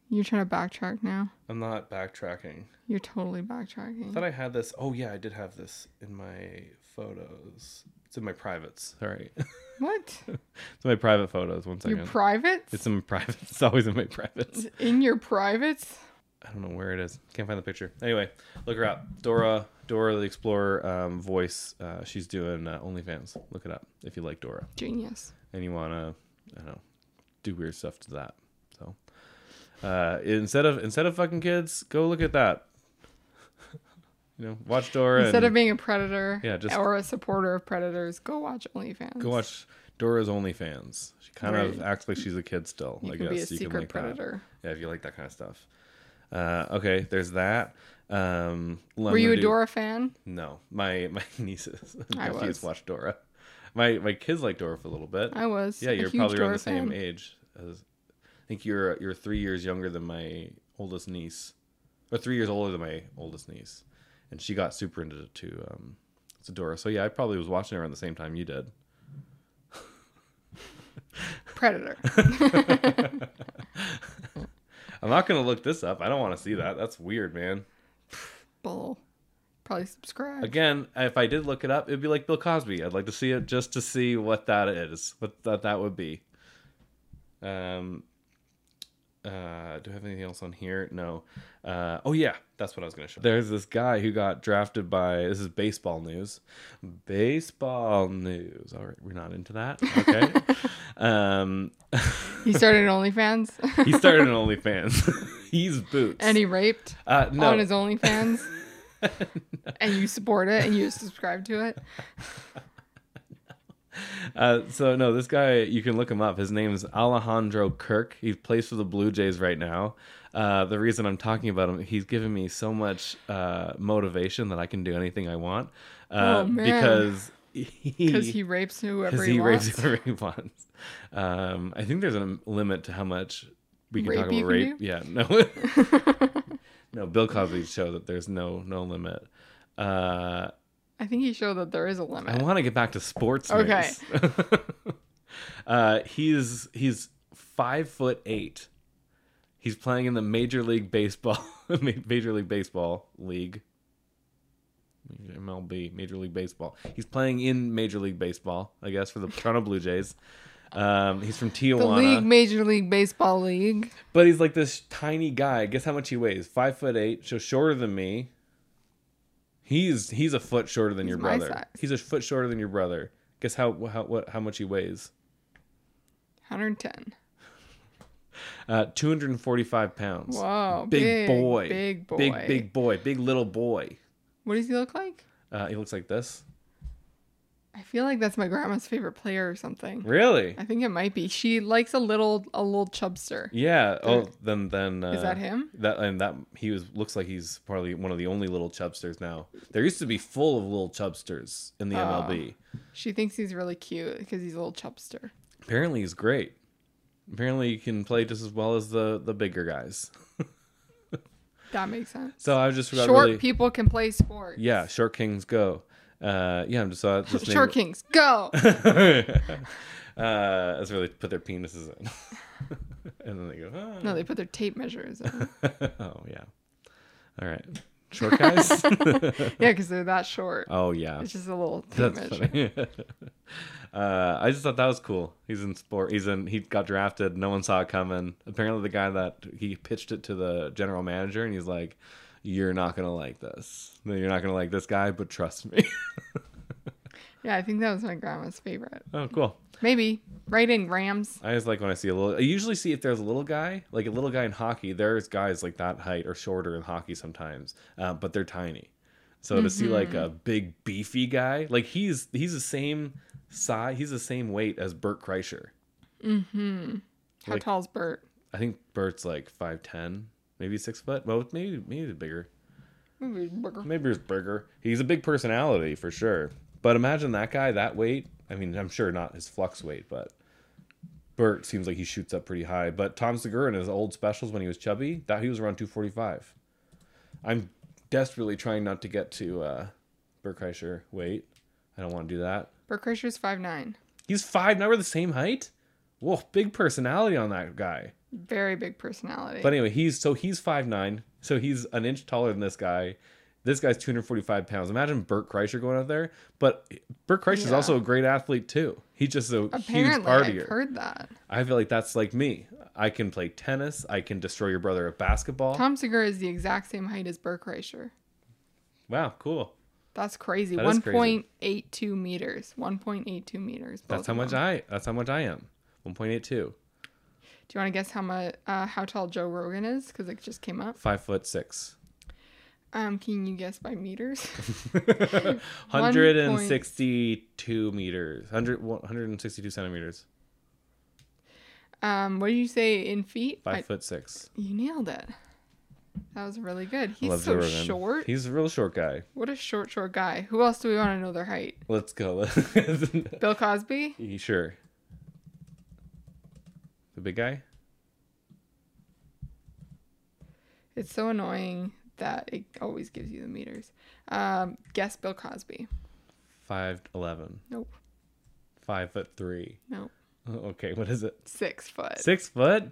[SPEAKER 3] You're trying to backtrack now.
[SPEAKER 2] I'm not backtracking.
[SPEAKER 3] You're totally
[SPEAKER 2] I
[SPEAKER 3] backtracking.
[SPEAKER 2] thought I had this. Oh yeah, I did have this in my photos. It's in my privates. All right, it's
[SPEAKER 3] what?
[SPEAKER 2] in my private photos. One
[SPEAKER 3] Your
[SPEAKER 2] second.
[SPEAKER 3] privates?
[SPEAKER 2] it's in my privates. It's always in my privates.
[SPEAKER 3] in your privates?
[SPEAKER 2] I don't know where it is. Can't find the picture. Anyway, look her up. Dora, Dora the Explorer um, voice. Uh, she's doing uh, OnlyFans. Look it up if you like Dora
[SPEAKER 3] Genius.
[SPEAKER 2] and you wanna, I don't know, do weird stuff to that. So, uh, instead of instead of fucking kids, go look at that. you know, watch Dora
[SPEAKER 3] Instead
[SPEAKER 2] and
[SPEAKER 3] of being a predator
[SPEAKER 2] Yeah, just-
[SPEAKER 3] or a supporter of predators, go watch OnlyFans.
[SPEAKER 2] Go watch Dora's OnlyFans. She kind of
[SPEAKER 3] Right.
[SPEAKER 2] acts like she's a kid still.
[SPEAKER 3] You
[SPEAKER 2] I
[SPEAKER 3] can
[SPEAKER 2] guess
[SPEAKER 3] be a
[SPEAKER 2] you
[SPEAKER 3] secret
[SPEAKER 2] can like
[SPEAKER 3] predator.
[SPEAKER 2] That. Yeah, if you like that kind of stuff. Uh, okay, there's that. Um,
[SPEAKER 3] Were you a Dora fan?
[SPEAKER 2] No, my my nieces.
[SPEAKER 3] I
[SPEAKER 2] I
[SPEAKER 3] was.
[SPEAKER 2] watch Dora. My my kids like Dora for a little bit.
[SPEAKER 3] I was
[SPEAKER 2] Yeah,
[SPEAKER 3] a
[SPEAKER 2] you're
[SPEAKER 3] huge
[SPEAKER 2] probably around
[SPEAKER 3] Dora
[SPEAKER 2] the same
[SPEAKER 3] fan.
[SPEAKER 2] age. As, I think you're you're three years younger than my oldest niece, or three years older than my oldest niece, and she got super into to um, to Dora. So yeah, I probably was watching her around the same time you did.
[SPEAKER 3] Predator.
[SPEAKER 2] I'm not gonna look this up. I don't want to see that. That's weird, man.
[SPEAKER 3] Bull. Probably subscribe.
[SPEAKER 2] Again, if I did look it up, it'd be like Bill Cosby. I'd like to see it just to see what that is, what that that would be. Um, uh, do I have anything else on here? No. Uh, oh yeah, that's what I was gonna show. There's this guy who got drafted by. This is baseball news. Baseball news. All right, we're not into that. Okay. um,
[SPEAKER 3] He started an OnlyFans
[SPEAKER 2] he started an OnlyFans. He's boots.
[SPEAKER 3] and he raped
[SPEAKER 2] uh, no.
[SPEAKER 3] on his OnlyFans. and you support it and you subscribe to it.
[SPEAKER 2] Uh, so no, this guy you can look him up. His name's Alejandro Kirk. He plays for the Blue Jays right now. Uh, the reason I'm talking about him, he's given me so much uh, motivation that I can do anything I want. Uh,
[SPEAKER 3] Oh, man.
[SPEAKER 2] Because he,
[SPEAKER 3] Because he rapes whoever
[SPEAKER 2] because
[SPEAKER 3] he,
[SPEAKER 2] he
[SPEAKER 3] wants.
[SPEAKER 2] rapes whoever he wants. Um, I think there's a limit to how much we can
[SPEAKER 3] Rape
[SPEAKER 2] talk
[SPEAKER 3] you
[SPEAKER 2] about rape.
[SPEAKER 3] can do?
[SPEAKER 2] Yeah, no, no. Bill Cosby showed that there's no no limit. Uh,
[SPEAKER 3] I think he showed that there is a
[SPEAKER 2] I
[SPEAKER 3] limit.
[SPEAKER 2] want to get back to sports.
[SPEAKER 3] Okay.
[SPEAKER 2] news. uh, he's he's five foot eight. He's playing in the Major League Baseball, Major League Baseball league, MLB, Major League Baseball. He's playing in Major League Baseball, I guess, for the Toronto Blue Jays. Um, he's from Tijuana,
[SPEAKER 3] The league, Major League Baseball League.
[SPEAKER 2] but he's like this tiny guy. Guess how much he weighs? Five foot eight, so shorter than me. He's he's a foot shorter than your
[SPEAKER 3] my
[SPEAKER 2] brother.
[SPEAKER 3] size.
[SPEAKER 2] He's a foot shorter than your brother. Guess how how what how much he weighs?
[SPEAKER 3] 110.
[SPEAKER 2] Uh, two hundred and forty five pounds.
[SPEAKER 3] Whoa.
[SPEAKER 2] Big, boy.
[SPEAKER 3] Big boy.
[SPEAKER 2] Big big boy. Big little boy.
[SPEAKER 3] What does he look like?
[SPEAKER 2] Uh, he looks like this.
[SPEAKER 3] I feel like that's my grandma's favorite player or something.
[SPEAKER 2] Really?
[SPEAKER 3] I think it might be. She likes a little a little chubster.
[SPEAKER 2] Yeah. Oh, then then uh,
[SPEAKER 3] Is that him?
[SPEAKER 2] That and that he was looks like he's probably one of the only little chubsters now. There used to be full of little chubsters in the
[SPEAKER 3] Oh.
[SPEAKER 2] MLB.
[SPEAKER 3] She thinks he's really cute because he's a little chubster.
[SPEAKER 2] Apparently, he's great. Apparently, he can play just as well as the the bigger guys.
[SPEAKER 3] That makes sense.
[SPEAKER 2] So I just forgot
[SPEAKER 3] Short
[SPEAKER 2] really.
[SPEAKER 3] people can play sports.
[SPEAKER 2] yeah, short kings go. Uh, yeah, I'm just uh, just named-
[SPEAKER 3] Short kings, go.
[SPEAKER 2] uh, that's where they put their penises in, and then they go. "Ah."
[SPEAKER 3] no, they put their tape measures. In.
[SPEAKER 2] oh yeah. All right, short guys.
[SPEAKER 3] Yeah, because they're that short.
[SPEAKER 2] oh yeah.
[SPEAKER 3] It's just a little tape
[SPEAKER 2] That's
[SPEAKER 3] measure.
[SPEAKER 2] funny. uh, I just thought that was cool. He's in sport. He's in. He got drafted. No one saw it coming. Apparently, the guy that he pitched it to the general manager, and he's like, "You're not gonna like this. No, You're not gonna like this guy, but trust me."
[SPEAKER 3] Yeah, I think that was my grandma's favorite.
[SPEAKER 2] oh, cool.
[SPEAKER 3] Maybe right in Rams.
[SPEAKER 2] I just like when I see a little. I usually see if there's a little guy, like a little guy in hockey. There's guys like that height or shorter in hockey sometimes, uh, but they're tiny. So to see like a big beefy guy, like he's he's the same size, he's the same weight as Bert Kreischer.
[SPEAKER 3] How
[SPEAKER 2] Like-
[SPEAKER 3] tall's Bert?
[SPEAKER 2] I think Bert's like five ten, maybe six foot. Well, maybe maybe he's bigger.
[SPEAKER 3] Maybe bigger.
[SPEAKER 2] Maybe he's bigger. He's a big personality for sure. But imagine that guy that weight. I mean, I'm sure not his flux weight, but Bert seems like he shoots up pretty high. But Tom Segura in his old specials when he was chubby, that he was around 245. I'm desperately trying not to get to uh, Bert Kreischer weight. I don't want to do that.
[SPEAKER 3] Bert Kreischer's five nine.
[SPEAKER 2] He's five. Now we're the same height. Whoa, big personality on that guy.
[SPEAKER 3] Very big personality.
[SPEAKER 2] But anyway, he's so he's five nine, so he's an inch taller than this guy. This guy's 245 pounds. Imagine Burt Kreischer going out there. But Burt Kreischer's
[SPEAKER 3] Yeah.
[SPEAKER 2] also a great athlete too. He's just a huge
[SPEAKER 3] Apparently,
[SPEAKER 2] partier.
[SPEAKER 3] I've heard that.
[SPEAKER 2] I feel like that's like me. I can play tennis. I can destroy your brother at basketball.
[SPEAKER 3] Tom Segura is the exact same height as Bert Kreischer.
[SPEAKER 2] wow, cool.
[SPEAKER 3] That's crazy.
[SPEAKER 2] That is
[SPEAKER 3] One
[SPEAKER 2] crazy.
[SPEAKER 3] point eight two meters. One point eight two meters. both
[SPEAKER 2] That's how
[SPEAKER 3] of
[SPEAKER 2] much
[SPEAKER 3] them.
[SPEAKER 2] I. That's how much I am. 1.82,
[SPEAKER 3] Do you want to guess how much uh, how tall Joe Rogan is? Because it just came up.
[SPEAKER 2] five foot six,
[SPEAKER 3] Um, can you guess by meters?
[SPEAKER 2] 162 meters, 100, 162 centimeters,
[SPEAKER 3] um, what did you say in feet?
[SPEAKER 2] five
[SPEAKER 3] I-
[SPEAKER 2] foot six.
[SPEAKER 3] You nailed it. That was really good. He's
[SPEAKER 2] Love
[SPEAKER 3] so
[SPEAKER 2] Joe Rogan.
[SPEAKER 3] short.
[SPEAKER 2] He's a real short guy.
[SPEAKER 3] What a short, short guy. Who else do we want to know their height?
[SPEAKER 2] Let's go.
[SPEAKER 3] Bill Cosby?
[SPEAKER 2] You sure. The big guy?
[SPEAKER 3] It's so annoying that it always gives you the meters. Um, guess Bill Cosby.
[SPEAKER 2] 5'11.
[SPEAKER 3] Nope.
[SPEAKER 2] 5 foot 3.
[SPEAKER 3] Nope.
[SPEAKER 2] Okay, what is it?
[SPEAKER 3] Six foot.
[SPEAKER 2] 6 foot?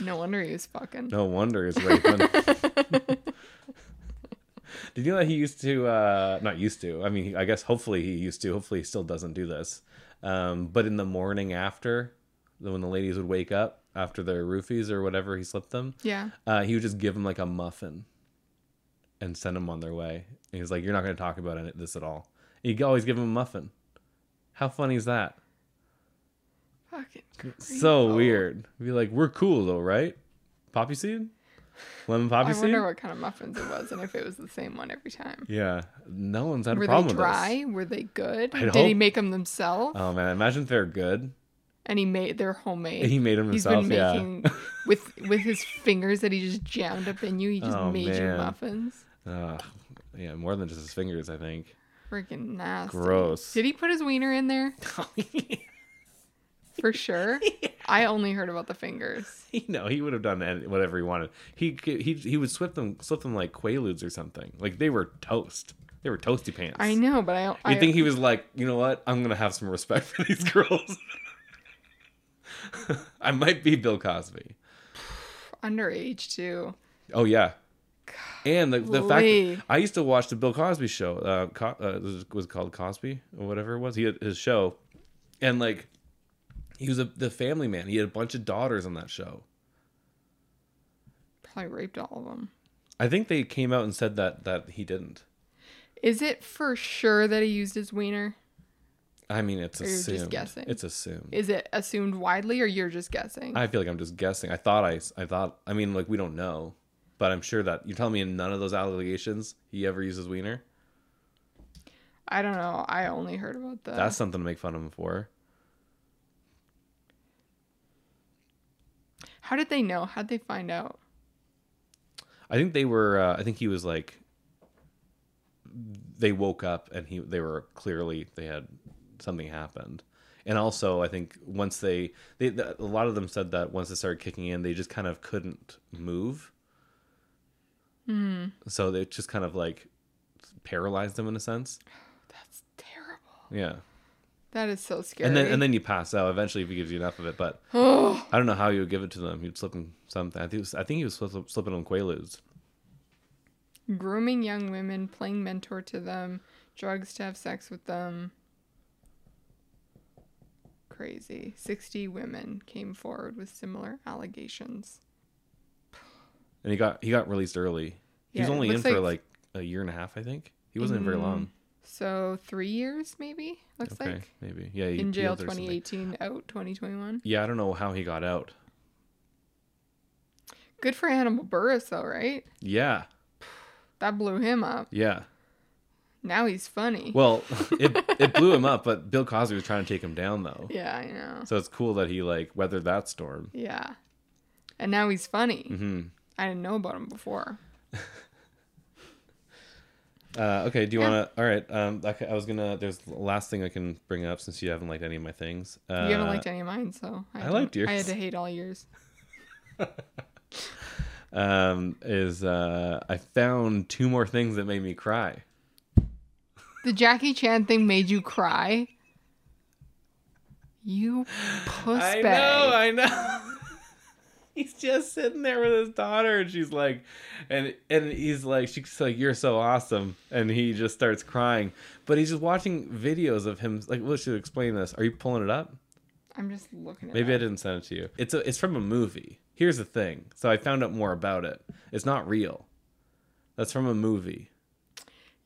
[SPEAKER 3] No wonder he was fucking.
[SPEAKER 2] No wonder he's raping. Did you know that he used to, uh, not used to, I mean, I guess hopefully he used to, hopefully he still doesn't do this. Um, but in the morning after, when the ladies would wake up after their roofies or whatever he slipped them,
[SPEAKER 3] Yeah.
[SPEAKER 2] uh, he would just give them like a muffin and send them on their way. And he's like, "You're not going to talk about it, this at all." He'd always give them a muffin. How funny is that?
[SPEAKER 3] Fucking. crazy.
[SPEAKER 2] So weird. Be like, "We're cool though, right?" Poppy seed, lemon poppy
[SPEAKER 3] I
[SPEAKER 2] seed.
[SPEAKER 3] wonder what kind of muffins it was and if it was the same one every time.
[SPEAKER 2] Yeah, no one's had a
[SPEAKER 3] Were
[SPEAKER 2] problem
[SPEAKER 3] they
[SPEAKER 2] with this.
[SPEAKER 3] dry? Were they good?
[SPEAKER 2] I'd
[SPEAKER 3] Did he
[SPEAKER 2] hope.
[SPEAKER 3] make them themselves?
[SPEAKER 2] Oh man, imagine if they're good.
[SPEAKER 3] and he made they're homemade.
[SPEAKER 2] He made 'em himself, yeah.
[SPEAKER 3] with with his fingers that he just jammed up in you. He just
[SPEAKER 2] Oh,
[SPEAKER 3] made you
[SPEAKER 2] man.
[SPEAKER 3] muffins.
[SPEAKER 2] Ugh. yeah, more than just his fingers, I think.
[SPEAKER 3] Freaking nasty.
[SPEAKER 2] Gross.
[SPEAKER 3] Did he put his wiener in there? For sure. I only heard about the fingers.
[SPEAKER 2] You know, he would have done any- whatever he wanted. He c- he he would slip them slip them like quaaludes or something. Like they were toast. They were toasty pants.
[SPEAKER 3] I know, but I I
[SPEAKER 2] You think he was like, you know what? I'm gonna have some respect for these girls. I might be Bill Cosby.
[SPEAKER 3] underage too.
[SPEAKER 2] Oh yeah. And the, the fact
[SPEAKER 3] Golly.
[SPEAKER 2] that I used to watch the Bill Cosby show, uh, Co- uh, was- was it called Cosby or whatever it was. He had his show, and like he was a, the family man. He had a bunch of daughters on that show.
[SPEAKER 3] Probably raped all of them.
[SPEAKER 2] I think they came out and said that that he didn't.
[SPEAKER 3] Is it for sure that he used his wiener?
[SPEAKER 2] I mean, it's
[SPEAKER 3] you're just
[SPEAKER 2] assumed.
[SPEAKER 3] guessing.
[SPEAKER 2] It's assumed.
[SPEAKER 3] Is it assumed widely, or you're just guessing?
[SPEAKER 2] I feel like I'm just guessing. I thought I, I thought. I mean, like we don't know, but I'm sure that you're telling me in none of those allegations he ever uses wiener.
[SPEAKER 3] I don't know. I only heard about the.
[SPEAKER 2] That's something to make fun of him for.
[SPEAKER 3] How did they know? How'd they find out?
[SPEAKER 2] I think they were. Uh, I think he was like. They woke up and he. They were clearly they had something happened, and also I think once they they the, a lot of them said that once it started kicking in, they just kind of couldn't move. So they just kind of like paralyzed them in a sense.
[SPEAKER 3] That's terrible.
[SPEAKER 2] Yeah.
[SPEAKER 3] That is so scary.
[SPEAKER 2] And then and then you pass out eventually if he gives you enough of it. But I don't know how you would give it to them. You'd slip them something. I think it was, I think he was slip- slipping on Quaaludes.
[SPEAKER 3] grooming young women, playing mentor to them, drugs to have sex with them. Crazy. 60 women came forward with similar allegations.
[SPEAKER 2] and he got he got released early. he was
[SPEAKER 3] Yeah, it
[SPEAKER 2] only in
[SPEAKER 3] looks
[SPEAKER 2] for like
[SPEAKER 3] like- Mm,
[SPEAKER 2] a year and a half, I think. He wasn't in very long.
[SPEAKER 3] So, three years maybe? Looks
[SPEAKER 2] Okay,
[SPEAKER 3] like.
[SPEAKER 2] maybe. Yeah, he,
[SPEAKER 3] In
[SPEAKER 2] he
[SPEAKER 3] jail
[SPEAKER 2] was there something.
[SPEAKER 3] 2018, out 2021.
[SPEAKER 2] Yeah, I don't know how he got out.
[SPEAKER 3] Good for Hannibal Burris, though, right?
[SPEAKER 2] Yeah,
[SPEAKER 3] That blew him up.
[SPEAKER 2] yeah.
[SPEAKER 3] Now he's funny.
[SPEAKER 2] Well, it it blew him up, but Bill Cosby was trying to take him down though.
[SPEAKER 3] yeah, I know.
[SPEAKER 2] So it's cool that he like weathered that storm.
[SPEAKER 3] Yeah. And now he's funny.
[SPEAKER 2] hmm
[SPEAKER 3] I didn't know about him before.
[SPEAKER 2] Uh, okay, do you
[SPEAKER 3] Yeah.
[SPEAKER 2] want to? All right. Um, okay, I was gonna. There's the last thing I can bring up since you haven't liked any of my things. Uh,
[SPEAKER 3] You haven't liked any of mine, so
[SPEAKER 2] I
[SPEAKER 3] had to-
[SPEAKER 2] liked yours.
[SPEAKER 3] I had to hate all yours.
[SPEAKER 2] Um, is uh, I found two more things that made me cry.
[SPEAKER 3] The Jackie Chan thing made you cry. You puss
[SPEAKER 2] I know,
[SPEAKER 3] bag.
[SPEAKER 2] I know. he's just sitting there with his daughter, and she's like, and and he's like, she's like, "You're so awesome," and he just starts crying. But he's just watching videos of him. Like, well, should explain this. Are you pulling it up?
[SPEAKER 3] I'm just looking at
[SPEAKER 2] Maybe I didn't send it to you. It's a, it's from a movie. Here's the thing. So I found out more about it. It's not real. That's from a movie.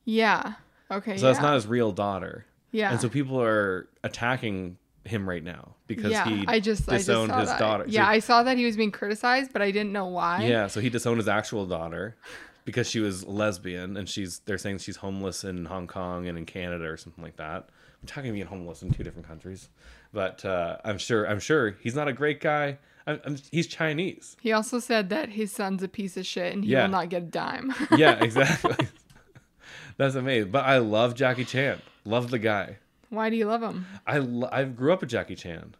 [SPEAKER 3] Yeah. Okay.
[SPEAKER 2] So
[SPEAKER 3] yeah.
[SPEAKER 2] that's not his real daughter.
[SPEAKER 3] Yeah.
[SPEAKER 2] And so people are attacking him right now because
[SPEAKER 3] yeah,
[SPEAKER 2] he
[SPEAKER 3] I just
[SPEAKER 2] disowned
[SPEAKER 3] I just saw
[SPEAKER 2] his
[SPEAKER 3] that.
[SPEAKER 2] daughter.
[SPEAKER 3] Yeah,
[SPEAKER 2] So-
[SPEAKER 3] I saw that he was being criticized, but I didn't know why.
[SPEAKER 2] Yeah, so he disowned his actual daughter because she was lesbian, and she's they're saying she's homeless in Hong Kong and in Canada or something like that. I'm talking about being homeless in two different countries, but uh, I'm sure I'm sure he's not a great guy. I'm, I'm, he's Chinese.
[SPEAKER 3] He also said that his son's a piece of shit and he
[SPEAKER 2] Yeah.
[SPEAKER 3] will not get a dime.
[SPEAKER 2] Yeah, exactly. That's amazing. But I love Jackie Chan. Love the guy.
[SPEAKER 3] why do you love him?
[SPEAKER 2] I lo- I grew up with Jackie Chan.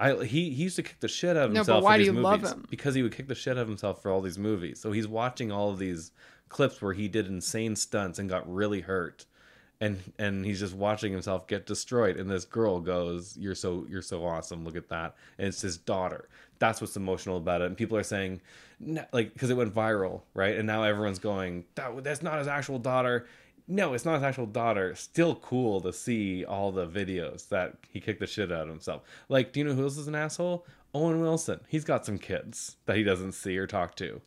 [SPEAKER 2] I he he used to kick the shit out of
[SPEAKER 3] No, but
[SPEAKER 2] himself. for
[SPEAKER 3] why do
[SPEAKER 2] these
[SPEAKER 3] you
[SPEAKER 2] movies
[SPEAKER 3] love him?
[SPEAKER 2] Because he would kick the shit out of himself for all these movies. So he's watching all of these clips where he did insane stunts and got really hurt, and and he's just watching himself get destroyed. And this girl goes, "You're so you're so awesome. Look at that." And it's his daughter. That's what's emotional about it. And people are saying, "No," like, because it went viral, right? And now everyone's going, that, "That's not his actual daughter." no, it's not his actual daughter. Still cool to see all the videos that he kicked the shit out of himself. Like, do you know who else is an asshole? Owen Wilson. He's got some kids that he doesn't see or talk to.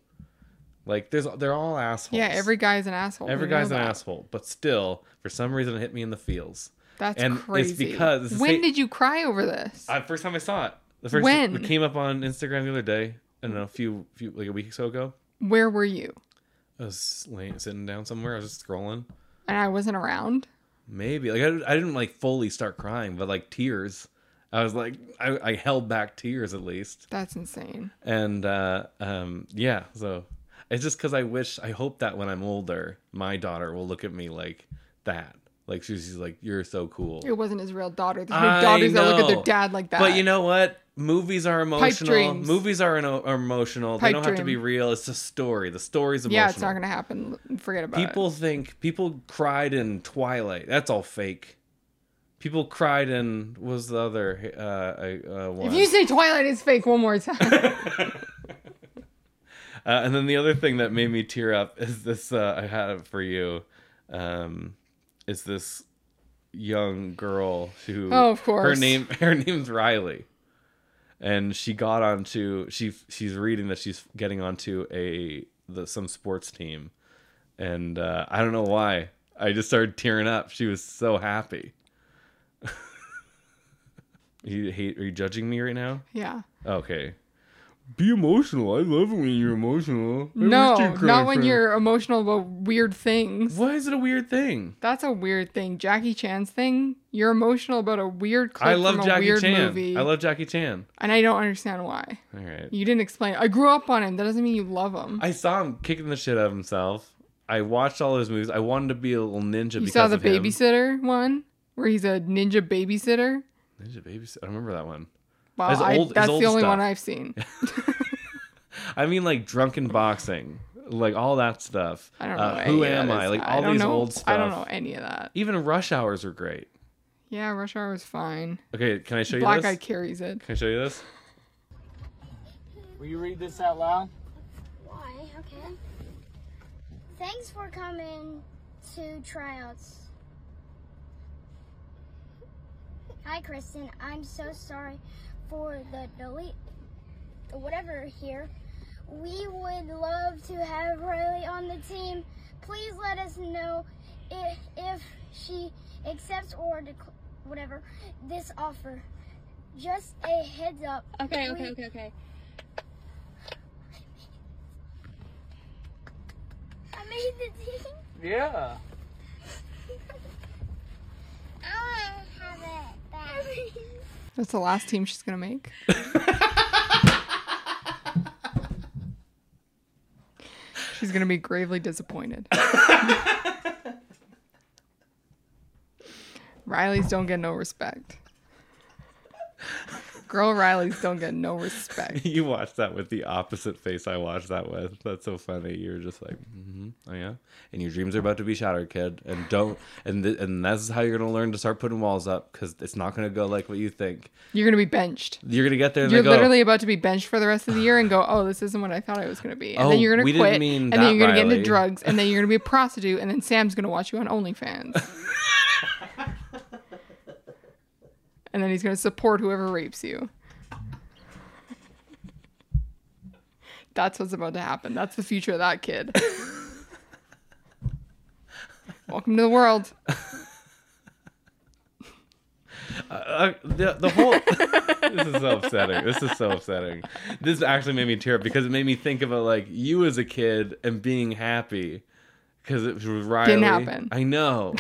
[SPEAKER 2] Like, there's they're all assholes.
[SPEAKER 3] Yeah, every guy's an asshole.
[SPEAKER 2] every
[SPEAKER 3] We know
[SPEAKER 2] guy's an
[SPEAKER 3] that.
[SPEAKER 2] asshole, but still, for some reason, it hit me in the feels.
[SPEAKER 3] That's
[SPEAKER 2] and
[SPEAKER 3] crazy.
[SPEAKER 2] it's because it's the
[SPEAKER 3] when
[SPEAKER 2] same-
[SPEAKER 3] did you cry over this?
[SPEAKER 2] Uh, first time I saw it, the first
[SPEAKER 3] When?
[SPEAKER 2] it came up on Instagram the other day. I don't know, a few, few like a week or so ago.
[SPEAKER 3] Where were you?
[SPEAKER 2] I was laying, sitting down somewhere. I was just scrolling.
[SPEAKER 3] And I wasn't around.
[SPEAKER 2] Maybe like I, I didn't like fully start crying, but like tears, I was like I, I held back tears at least,
[SPEAKER 3] That's insane.
[SPEAKER 2] and uh, um, yeah. So it's just because I wish I hope that when I'm older, my daughter will look at me like that, like she's, she's like you're so cool.
[SPEAKER 3] It wasn't his real daughter. There's
[SPEAKER 2] I
[SPEAKER 3] no daughters that look at
[SPEAKER 2] know.
[SPEAKER 3] their dad like that.
[SPEAKER 2] But you know what? Movies are emotional.
[SPEAKER 3] dreams.
[SPEAKER 2] Movies are, eno- are emotional. they
[SPEAKER 3] Pipe
[SPEAKER 2] don't have to be
[SPEAKER 3] dream.
[SPEAKER 2] real. It's a story. The story's emotional.
[SPEAKER 3] yeah, it's not gonna happen. Forget about
[SPEAKER 2] People
[SPEAKER 3] it.
[SPEAKER 2] think people cried in Twilight. That's all fake. People cried in what was the other uh, uh, uh, one?
[SPEAKER 3] If you say Twilight is fake one more time,
[SPEAKER 2] Uh, and then the other thing that made me tear up is this. Uh, I had it for you. Um, is this young girl who?
[SPEAKER 3] Oh, of
[SPEAKER 2] Her
[SPEAKER 3] course.
[SPEAKER 2] name. Her name's Riley, and she got onto she. She's reading that she's getting onto a the some sports team, and uh, I don't know why. I just started tearing up. She was so happy. you hate? Are you judging me right now?
[SPEAKER 3] yeah.
[SPEAKER 2] Okay. Be emotional. I love when you're emotional. I
[SPEAKER 3] No,
[SPEAKER 2] wish you cried
[SPEAKER 3] not when
[SPEAKER 2] for-
[SPEAKER 3] you're emotional about weird things.
[SPEAKER 2] Why is it a weird thing?
[SPEAKER 3] That's a weird thing. Jackie Chan's thing. You're emotional about a weird clip
[SPEAKER 2] I love
[SPEAKER 3] from a
[SPEAKER 2] Jackie
[SPEAKER 3] weird
[SPEAKER 2] Chan.
[SPEAKER 3] movie,
[SPEAKER 2] I love Jackie Chan.
[SPEAKER 3] and I don't understand why.
[SPEAKER 2] All right.
[SPEAKER 3] You didn't explain. I grew up on him. That doesn't mean you love him.
[SPEAKER 2] I saw him kicking the shit out of himself. I watched all his movies. I wanted to be a little ninja
[SPEAKER 3] you
[SPEAKER 2] because
[SPEAKER 3] saw the
[SPEAKER 2] of him.
[SPEAKER 3] babysitter one where he's a ninja babysitter.
[SPEAKER 2] Ninja babysitter. I remember that one.
[SPEAKER 3] Wow,
[SPEAKER 2] His
[SPEAKER 3] I,
[SPEAKER 2] old- his
[SPEAKER 3] that's
[SPEAKER 2] old
[SPEAKER 3] the only
[SPEAKER 2] stuff.
[SPEAKER 3] one I've seen.
[SPEAKER 2] I mean, like drunken boxing, like all that stuff.
[SPEAKER 3] I don't know.
[SPEAKER 2] Uh,
[SPEAKER 3] what
[SPEAKER 2] who
[SPEAKER 3] any of
[SPEAKER 2] am
[SPEAKER 3] that
[SPEAKER 2] I?
[SPEAKER 3] is.
[SPEAKER 2] Like
[SPEAKER 3] I
[SPEAKER 2] all
[SPEAKER 3] don't
[SPEAKER 2] these
[SPEAKER 3] know-
[SPEAKER 2] old stuff.
[SPEAKER 3] I don't know any of that.
[SPEAKER 2] Even rush hours are great.
[SPEAKER 3] Yeah, Rush Hour was fine.
[SPEAKER 2] Okay, can I show you
[SPEAKER 3] Black
[SPEAKER 2] this?
[SPEAKER 3] Eye carries it.
[SPEAKER 2] Can I show you this?
[SPEAKER 1] Will you read this out loud?
[SPEAKER 7] Why? Okay. Thanks for coming to tryouts. Hi, Kristen. I'm so sorry for the delete, whatever here. We would love to have Riley on the team. Please let us know if, if she accepts or dec- whatever this offer. Just a heads up.
[SPEAKER 8] Okay, okay, okay, okay.
[SPEAKER 7] I made the team.
[SPEAKER 1] Yeah.
[SPEAKER 7] I want to have it back.
[SPEAKER 3] That's the last team she's gonna make. she's gonna be gravely disappointed. Riley's don't get no respect. Girl Riley's don't get no respect.
[SPEAKER 2] You watched that with the opposite face I watched that with. That's so funny. You're just like, mm-hmm, oh yeah, and your dreams are about to be shattered, kid. And don't, and th- and that's how you're gonna learn to start putting walls up because it's not gonna go like what you think.
[SPEAKER 3] You're gonna be benched.
[SPEAKER 2] You're gonna get there. And
[SPEAKER 3] You're
[SPEAKER 2] they go,
[SPEAKER 3] literally about to be benched for the rest of the year and go, oh, this isn't what I thought I was going to be. And
[SPEAKER 2] Oh,
[SPEAKER 3] then you're going
[SPEAKER 2] we
[SPEAKER 3] to
[SPEAKER 2] didn't
[SPEAKER 3] quit.
[SPEAKER 2] mean
[SPEAKER 3] and
[SPEAKER 2] that,
[SPEAKER 3] then you're going to get
[SPEAKER 2] Riley.
[SPEAKER 3] into drugs. And then you're going to be a prostitute. And then Sam's going to watch you on OnlyFans. and then he's going to support whoever rapes you. That's what's about to happen. That's the future of that kid. Welcome to the world.
[SPEAKER 2] Uh, the, the whole this is so upsetting this is so upsetting this actually made me tear up because it made me think about like you as a kid and being happy because it was Riley.
[SPEAKER 3] happen.
[SPEAKER 2] I know.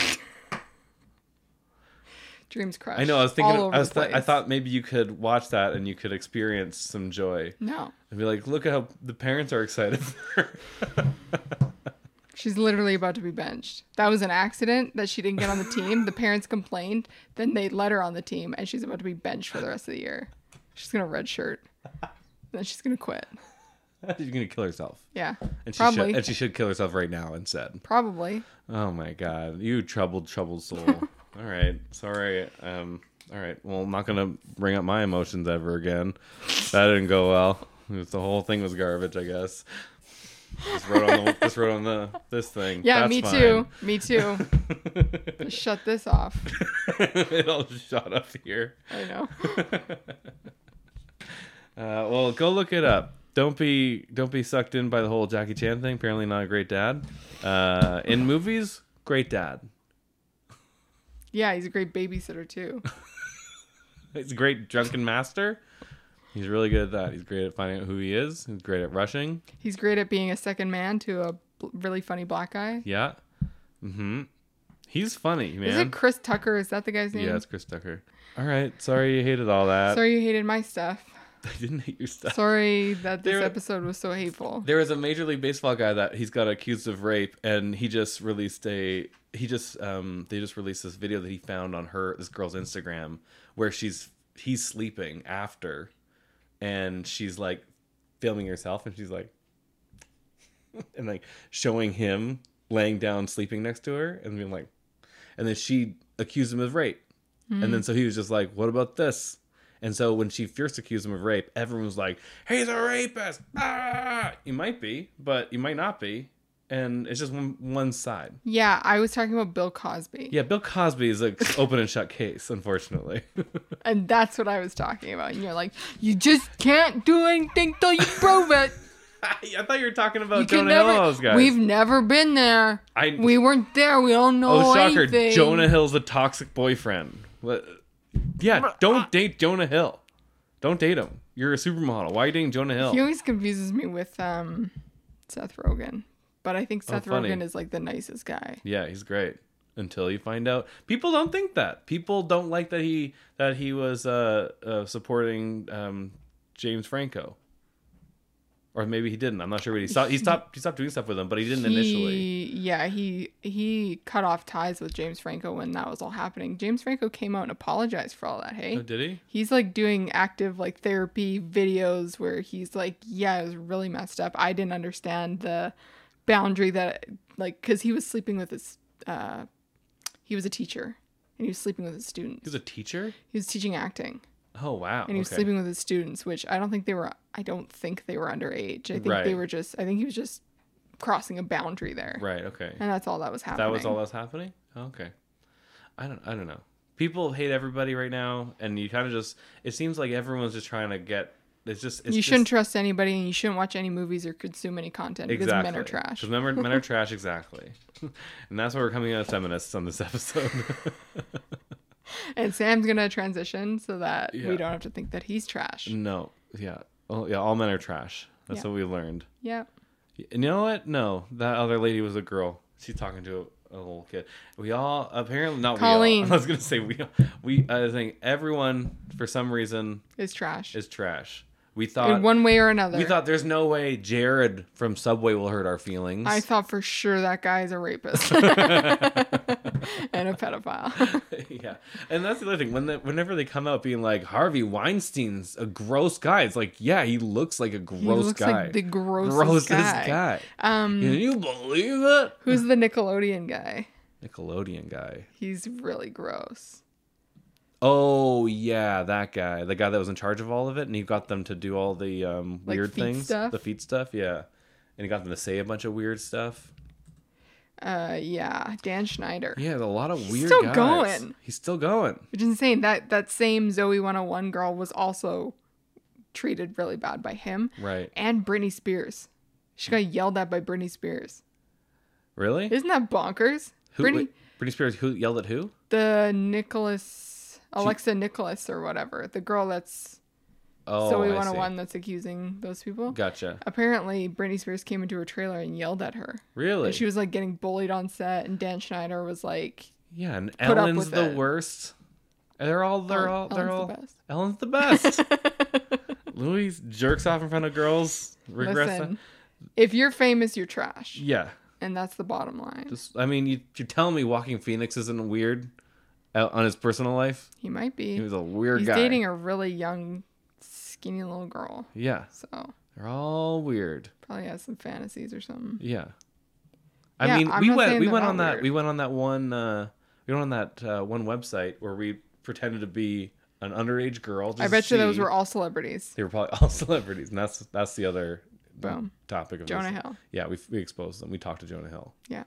[SPEAKER 3] Dreams crushed.
[SPEAKER 2] I know. I was thinking.
[SPEAKER 3] All over
[SPEAKER 2] I, was
[SPEAKER 3] the
[SPEAKER 2] th- I
[SPEAKER 3] place.
[SPEAKER 2] thought maybe you could watch that and you could experience some joy
[SPEAKER 3] No.
[SPEAKER 2] and be like, "Look at how the parents are excited." For her.
[SPEAKER 3] She's literally about to be benched. That was an accident that she didn't get on the team. The parents complained, then they let her on the team, and she's about to be benched for the rest of the year. She's gonna redshirt, and then she's gonna quit.
[SPEAKER 2] She's gonna kill herself,
[SPEAKER 3] Yeah,
[SPEAKER 2] and she
[SPEAKER 3] probably,
[SPEAKER 2] should. And she should kill herself right now instead.
[SPEAKER 3] probably.
[SPEAKER 2] Oh my god, you troubled, troubled soul. all right, sorry. Um, all right. Well, I'm not gonna bring up my emotions ever again. That didn't go well. It was- the whole thing was garbage, I guess. Just wrote on the, just wrote on the this thing.
[SPEAKER 3] Yeah,
[SPEAKER 2] That's
[SPEAKER 3] me
[SPEAKER 2] fine.
[SPEAKER 3] too. Me too. Just shut this off.
[SPEAKER 2] it all shot up here.
[SPEAKER 3] I know.
[SPEAKER 2] Uh, well, go look it up. Don't be don't be sucked in by the whole Jackie Chan thing. Apparently, not a great dad. Uh, in movies, great dad.
[SPEAKER 3] Yeah, he's a great babysitter too.
[SPEAKER 2] He's a great drunken master. He's really good at that. He's great at finding out who he is. He's great at rushing.
[SPEAKER 3] He's great at being a second man to a bl- really funny black guy.
[SPEAKER 2] Yeah. Mm-hmm. He's funny, man.
[SPEAKER 3] Is it Chris Tucker? Is that the guy's name?
[SPEAKER 2] yeah, it's Chris Tucker. All right. Sorry you hated all that.
[SPEAKER 3] Sorry you hated my stuff.
[SPEAKER 2] I didn't hate your stuff.
[SPEAKER 3] Sorry that this
[SPEAKER 2] There-
[SPEAKER 3] episode was so hateful.
[SPEAKER 2] There was a Major League Baseball guy that he's got accused of rape, and he just released a he just um they just released this video that he found on her this girl's Instagram where she's he's sleeping after, and she's like filming herself, and she's like, and like showing him laying down sleeping next to her, and being like, and then she accused him of rape, and then so he was just like, what about this? And so when she first accused him of rape, everyone was like, "He's a rapist!" Ah, you might be, but you might not be, and it's just one, one side.
[SPEAKER 3] Yeah, I was talking about Bill Cosby.
[SPEAKER 2] Yeah, Bill Cosby is an open and shut case, unfortunately.
[SPEAKER 3] And that's what I was talking about. And you're like, you just can't do anything till you prove it.
[SPEAKER 2] I thought you were talking about
[SPEAKER 3] You
[SPEAKER 2] Jonah
[SPEAKER 3] can never.
[SPEAKER 2] Hill. and Those guys.
[SPEAKER 3] We've never been there.
[SPEAKER 2] I-
[SPEAKER 3] we weren't there. We don't know
[SPEAKER 2] oh, shocker!
[SPEAKER 3] anything.
[SPEAKER 2] Jonah Hill's a toxic boyfriend. What- Yeah, don't date Jonah Hill. Don't date him. You're a supermodel. Why are you dating Jonah Hill?
[SPEAKER 3] He always confuses me with um, Seth Rogen, but I think Seth
[SPEAKER 2] Oh, funny.
[SPEAKER 3] Rogen is like the nicest guy.
[SPEAKER 2] Yeah, he's great. Until you find out, people don't think that. People don't like that he that he was uh, uh, supporting um, James Franco, or maybe he didn't. I'm not sure what he stopped. He stopped. He stopped doing stuff with him, but he didn't initially.
[SPEAKER 3] He- yeah, he he cut off ties with James Franco when that was all happening. James Franco came out and apologized for all that. Hey,
[SPEAKER 2] Oh, did he?
[SPEAKER 3] he's like doing active like therapy videos where he's like, yeah, it was really messed up. I didn't understand the boundary that like because he was sleeping with his uh, he was a teacher and he was sleeping with his students.
[SPEAKER 2] He was a teacher.
[SPEAKER 3] he was teaching acting.
[SPEAKER 2] Oh wow.
[SPEAKER 3] and he was
[SPEAKER 2] Okay.
[SPEAKER 3] sleeping with his students, which I don't think they were. I don't think they were underage. I think they
[SPEAKER 2] Right.
[SPEAKER 3] were just. I think he was just crossing a boundary there,
[SPEAKER 2] Right. Okay.
[SPEAKER 3] and that's all that was happening.
[SPEAKER 2] That was all that's happening. Oh, okay. I don't. I don't know. People hate everybody right now, and you kind of just. It seems like everyone's just trying to get. It's just. It's
[SPEAKER 3] you
[SPEAKER 2] just,
[SPEAKER 3] shouldn't trust anybody, and you shouldn't watch any movies or consume any content because men are trash.
[SPEAKER 2] Because men are, men are trash, exactly. And that's why we're coming out as feminists on this episode.
[SPEAKER 3] And Sam's gonna transition so that
[SPEAKER 2] Yeah. Mm.
[SPEAKER 3] we don't have to think that he's trash.
[SPEAKER 2] no, yeah, oh yeah, all men are trash. That's
[SPEAKER 3] Yeah.
[SPEAKER 2] what we learned.
[SPEAKER 3] Yeah,
[SPEAKER 2] And you know what? No, that other lady was a girl. She's talking to a, a little kid. We all apparently not
[SPEAKER 3] Colleen.
[SPEAKER 2] we all. I was gonna say we all, we. I think everyone for some reason
[SPEAKER 3] is trash
[SPEAKER 2] is trash. We thought
[SPEAKER 3] in one way or another.
[SPEAKER 2] we thought there's no way Jared from Subway will hurt our feelings.
[SPEAKER 3] I thought for sure that guy is a rapist and a pedophile.
[SPEAKER 2] yeah, and that's the other thing. When the, whenever they come out being like Harvey Weinstein's a gross guy, it's like, yeah, he looks like a gross
[SPEAKER 3] he looks
[SPEAKER 2] guy,
[SPEAKER 3] like the grossest,
[SPEAKER 2] grossest
[SPEAKER 3] guy.
[SPEAKER 2] guy.
[SPEAKER 3] Um,
[SPEAKER 2] Can you believe it?
[SPEAKER 3] who's the Nickelodeon guy?
[SPEAKER 2] Nickelodeon guy.
[SPEAKER 3] He's really gross.
[SPEAKER 2] Oh yeah, that guy, the guy that was in charge of all of it, and he got them to do all the um,
[SPEAKER 3] Like
[SPEAKER 2] weird
[SPEAKER 3] feet
[SPEAKER 2] things,
[SPEAKER 3] stuff?
[SPEAKER 2] the feet stuff, yeah, and he got them to say a bunch of weird stuff.
[SPEAKER 3] Uh, yeah, Dan Schneider,
[SPEAKER 2] Yeah, there's a lot of weird.
[SPEAKER 3] still
[SPEAKER 2] guys.
[SPEAKER 3] going.
[SPEAKER 2] He's still going.
[SPEAKER 3] which is insane. That that same Zoe 101 girl was also treated really bad by him
[SPEAKER 2] Right.
[SPEAKER 3] and Britney Spears. She got yelled at by Britney Spears.
[SPEAKER 2] Really?
[SPEAKER 3] Isn't that bonkers?
[SPEAKER 2] who,
[SPEAKER 3] Britney,
[SPEAKER 2] wait, Britney Spears. Who yelled at who?
[SPEAKER 3] the Nicholas, Alexa Nicholas or whatever, the girl that's
[SPEAKER 2] Oh,
[SPEAKER 3] Zoe
[SPEAKER 2] I see.
[SPEAKER 3] 101 that's accusing those people.
[SPEAKER 2] Gotcha.
[SPEAKER 3] Apparently, Britney Spears came into her trailer and yelled at her.
[SPEAKER 2] Really?
[SPEAKER 3] And she was like getting bullied on set, and Dan Schneider was like,
[SPEAKER 2] yeah, and
[SPEAKER 3] up
[SPEAKER 2] Ellen's
[SPEAKER 3] with
[SPEAKER 2] the
[SPEAKER 3] it.
[SPEAKER 2] worst. They're all they're all
[SPEAKER 3] Ellen-
[SPEAKER 2] they're all
[SPEAKER 3] Ellen's
[SPEAKER 2] Ellen's the best. Louis jerks off in front of girls. Regress.
[SPEAKER 3] Listen, if you're famous, you're trash.
[SPEAKER 2] Yeah.
[SPEAKER 3] And that's the bottom line.
[SPEAKER 2] Just I mean, you you telling me Walking Phoenix isn't weird out on his personal life?
[SPEAKER 3] he might be.
[SPEAKER 2] He was a weird
[SPEAKER 3] He's
[SPEAKER 2] guy.
[SPEAKER 3] dating a really young, skinny little girl.
[SPEAKER 2] Yeah.
[SPEAKER 3] So
[SPEAKER 2] They're all weird.
[SPEAKER 3] probably has some fantasies or something.
[SPEAKER 2] Yeah. I
[SPEAKER 3] Yeah,
[SPEAKER 2] mean,
[SPEAKER 3] I'm
[SPEAKER 2] we
[SPEAKER 3] not
[SPEAKER 2] went
[SPEAKER 3] saying
[SPEAKER 2] we
[SPEAKER 3] they're
[SPEAKER 2] went
[SPEAKER 3] not
[SPEAKER 2] on that
[SPEAKER 3] weird.
[SPEAKER 2] we went on that one uh we went on that uh, one website where we pretended to be an underage girl.
[SPEAKER 3] I
[SPEAKER 2] just
[SPEAKER 3] bet you those
[SPEAKER 2] she-
[SPEAKER 3] were all celebrities.
[SPEAKER 2] They were probably all celebrities, and that's that's the other
[SPEAKER 3] Boom.
[SPEAKER 2] topic of
[SPEAKER 3] Jonah
[SPEAKER 2] this.
[SPEAKER 3] Hill.
[SPEAKER 2] Yeah, we we exposed them. We talked to Jonah Hill.
[SPEAKER 3] Yeah.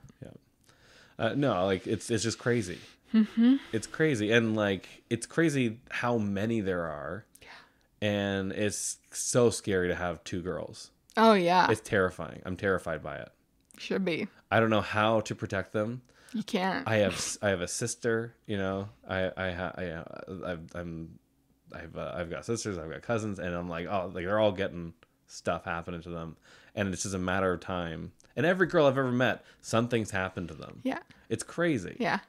[SPEAKER 2] Uh, no, like it's it's just crazy.
[SPEAKER 3] Mm-hmm.
[SPEAKER 2] It's crazy, and like it's crazy how many there are. Yeah. And it's so scary to have two girls.
[SPEAKER 3] Oh yeah.
[SPEAKER 2] It's terrifying. I'm terrified by it.
[SPEAKER 3] Should be.
[SPEAKER 2] I don't know how to protect them.
[SPEAKER 3] You can't.
[SPEAKER 2] I have I have a sister, you know. I I ha- I uh, I've, I'm I've uh, I've got sisters, I've got cousins, and I'm like oh like they're all getting stuff happening to them, and it's just a matter of time. And every girl I've ever met, something's happened to them.
[SPEAKER 3] yeah.
[SPEAKER 2] It's crazy.
[SPEAKER 3] Yeah.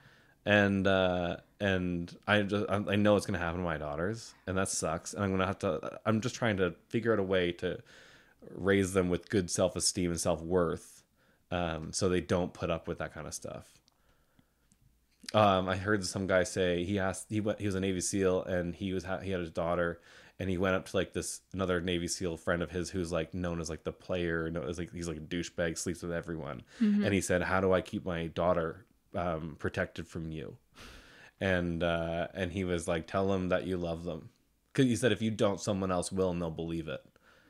[SPEAKER 2] And uh, and I just I I know it's gonna happen to my daughters, and that sucks. And I'm gonna have to. I'm just trying to figure out a way to raise them with good self esteem and self worth, um, so they don't put up with that kind of stuff. Um, I heard some guy say he asked he went he was a Navy SEAL and he was ha- he had his daughter and he went up to like this another Navy SEAL friend of his who's like known as like the player known as like he's like a douchebag sleeps with everyone and he said how do I keep my daughter um, protected from you and uh, and he was like tell them that you love them because he said if you don't someone else will and they'll believe it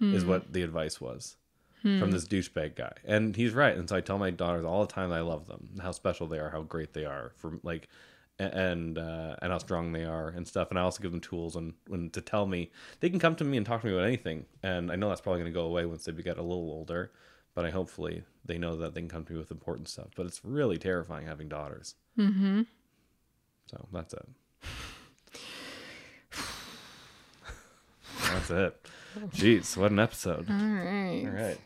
[SPEAKER 2] is
[SPEAKER 3] Mm-hmm.
[SPEAKER 2] what the advice was from
[SPEAKER 3] Hmm.
[SPEAKER 2] this douchebag guy. And he's right. And so I tell my daughters all the time that I love them, and how special they are, how great they are, from like, a- and uh, and how strong they are and stuff. And I also give them tools and when to tell me they can come to me and talk to me about anything. And I know that's probably going to go away once they get a little older, but I hopefully they know that they can come to me with important stuff. But it's really terrifying having daughters. Mm-hmm. So that's it. that's it. Jeez, what an episode.
[SPEAKER 3] All right.
[SPEAKER 2] All right.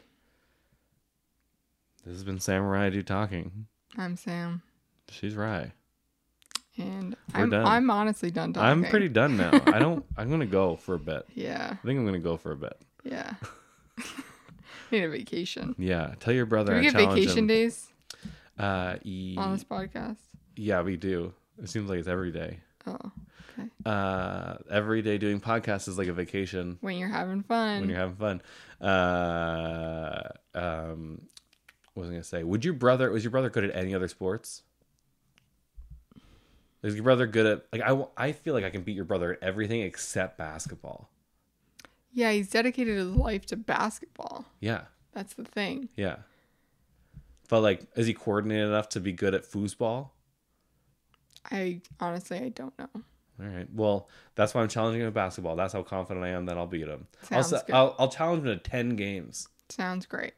[SPEAKER 2] This has been Samurai Do talking.
[SPEAKER 3] I'm Sam.
[SPEAKER 2] She's Rye.
[SPEAKER 3] And
[SPEAKER 2] We're
[SPEAKER 3] I'm,
[SPEAKER 2] done.
[SPEAKER 3] I'm honestly done talking.
[SPEAKER 2] I'm pretty done now. I don't. I'm gonna go for a bit.
[SPEAKER 3] Yeah.
[SPEAKER 2] I think I'm gonna go for a bit.
[SPEAKER 3] Yeah. Need a vacation.
[SPEAKER 2] Yeah. Tell your brother.
[SPEAKER 3] Do we
[SPEAKER 2] I
[SPEAKER 3] get
[SPEAKER 2] challenge
[SPEAKER 3] vacation
[SPEAKER 2] him.
[SPEAKER 3] days
[SPEAKER 2] Uh, ye-
[SPEAKER 3] on this podcast?
[SPEAKER 2] yeah, we do. It seems like it's every day.
[SPEAKER 3] Oh, okay.
[SPEAKER 2] Uh, every day doing podcasts is like a vacation
[SPEAKER 3] When you're having fun.
[SPEAKER 2] when you're having fun. Uh, um, what was I gonna say? Would your brother? Was your brother good at any other sports? Is your brother good at like I? w- I feel like I can beat your brother at everything except basketball.
[SPEAKER 3] yeah, he's dedicated his life to basketball.
[SPEAKER 2] Yeah,
[SPEAKER 3] That's the thing.
[SPEAKER 2] yeah. But like, is he coordinated enough to be good at foosball?
[SPEAKER 3] I honestly, I don't know.
[SPEAKER 2] All right. Well, that's why I'm challenging him at basketball. That's how confident I am that I'll beat him.
[SPEAKER 3] Sounds
[SPEAKER 2] also,
[SPEAKER 3] good.
[SPEAKER 2] I'll, I'll challenge him to 10 games.
[SPEAKER 3] Sounds great.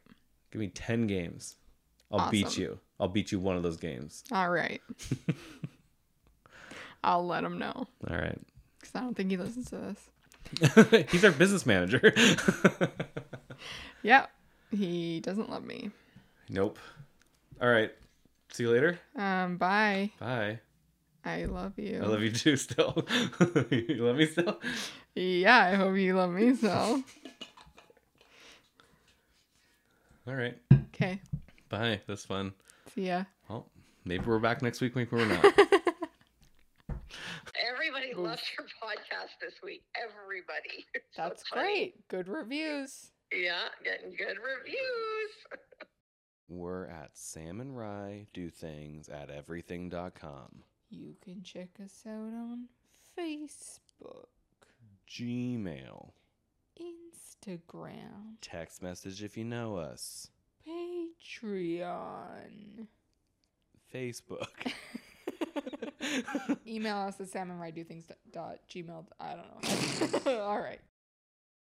[SPEAKER 2] Give me 10 games. I'll beat
[SPEAKER 3] Awesome.
[SPEAKER 2] you. I'll beat you one of those games.
[SPEAKER 3] All right. I'll let him know
[SPEAKER 2] All right.
[SPEAKER 3] because I don't think he listens to this.
[SPEAKER 2] He's our business manager.
[SPEAKER 3] Yep. He doesn't love me.
[SPEAKER 2] nope. All right. See you later.
[SPEAKER 3] Um, bye.
[SPEAKER 2] Bye.
[SPEAKER 3] I love you.
[SPEAKER 2] I love you too still. you love me still?
[SPEAKER 3] Yeah, I hope you love me so.
[SPEAKER 2] All right.
[SPEAKER 3] okay.
[SPEAKER 2] Bye. That's fun.
[SPEAKER 3] See ya.
[SPEAKER 2] Well, maybe we're back next week. Maybe we're not.
[SPEAKER 8] Everybody loved your podcast this week. Everybody. So
[SPEAKER 3] That's
[SPEAKER 8] funny.
[SPEAKER 3] great. Good reviews.
[SPEAKER 8] Yeah, getting good reviews.
[SPEAKER 2] we're at Sam and Rye do things at everything.com.
[SPEAKER 3] You can check us out on Facebook,
[SPEAKER 2] Gmail.
[SPEAKER 3] Instagram,
[SPEAKER 2] Text message if you know us.
[SPEAKER 3] Patreon.
[SPEAKER 2] Facebook.
[SPEAKER 3] Email us at salmonridedothings.gmail. I don't know. All right.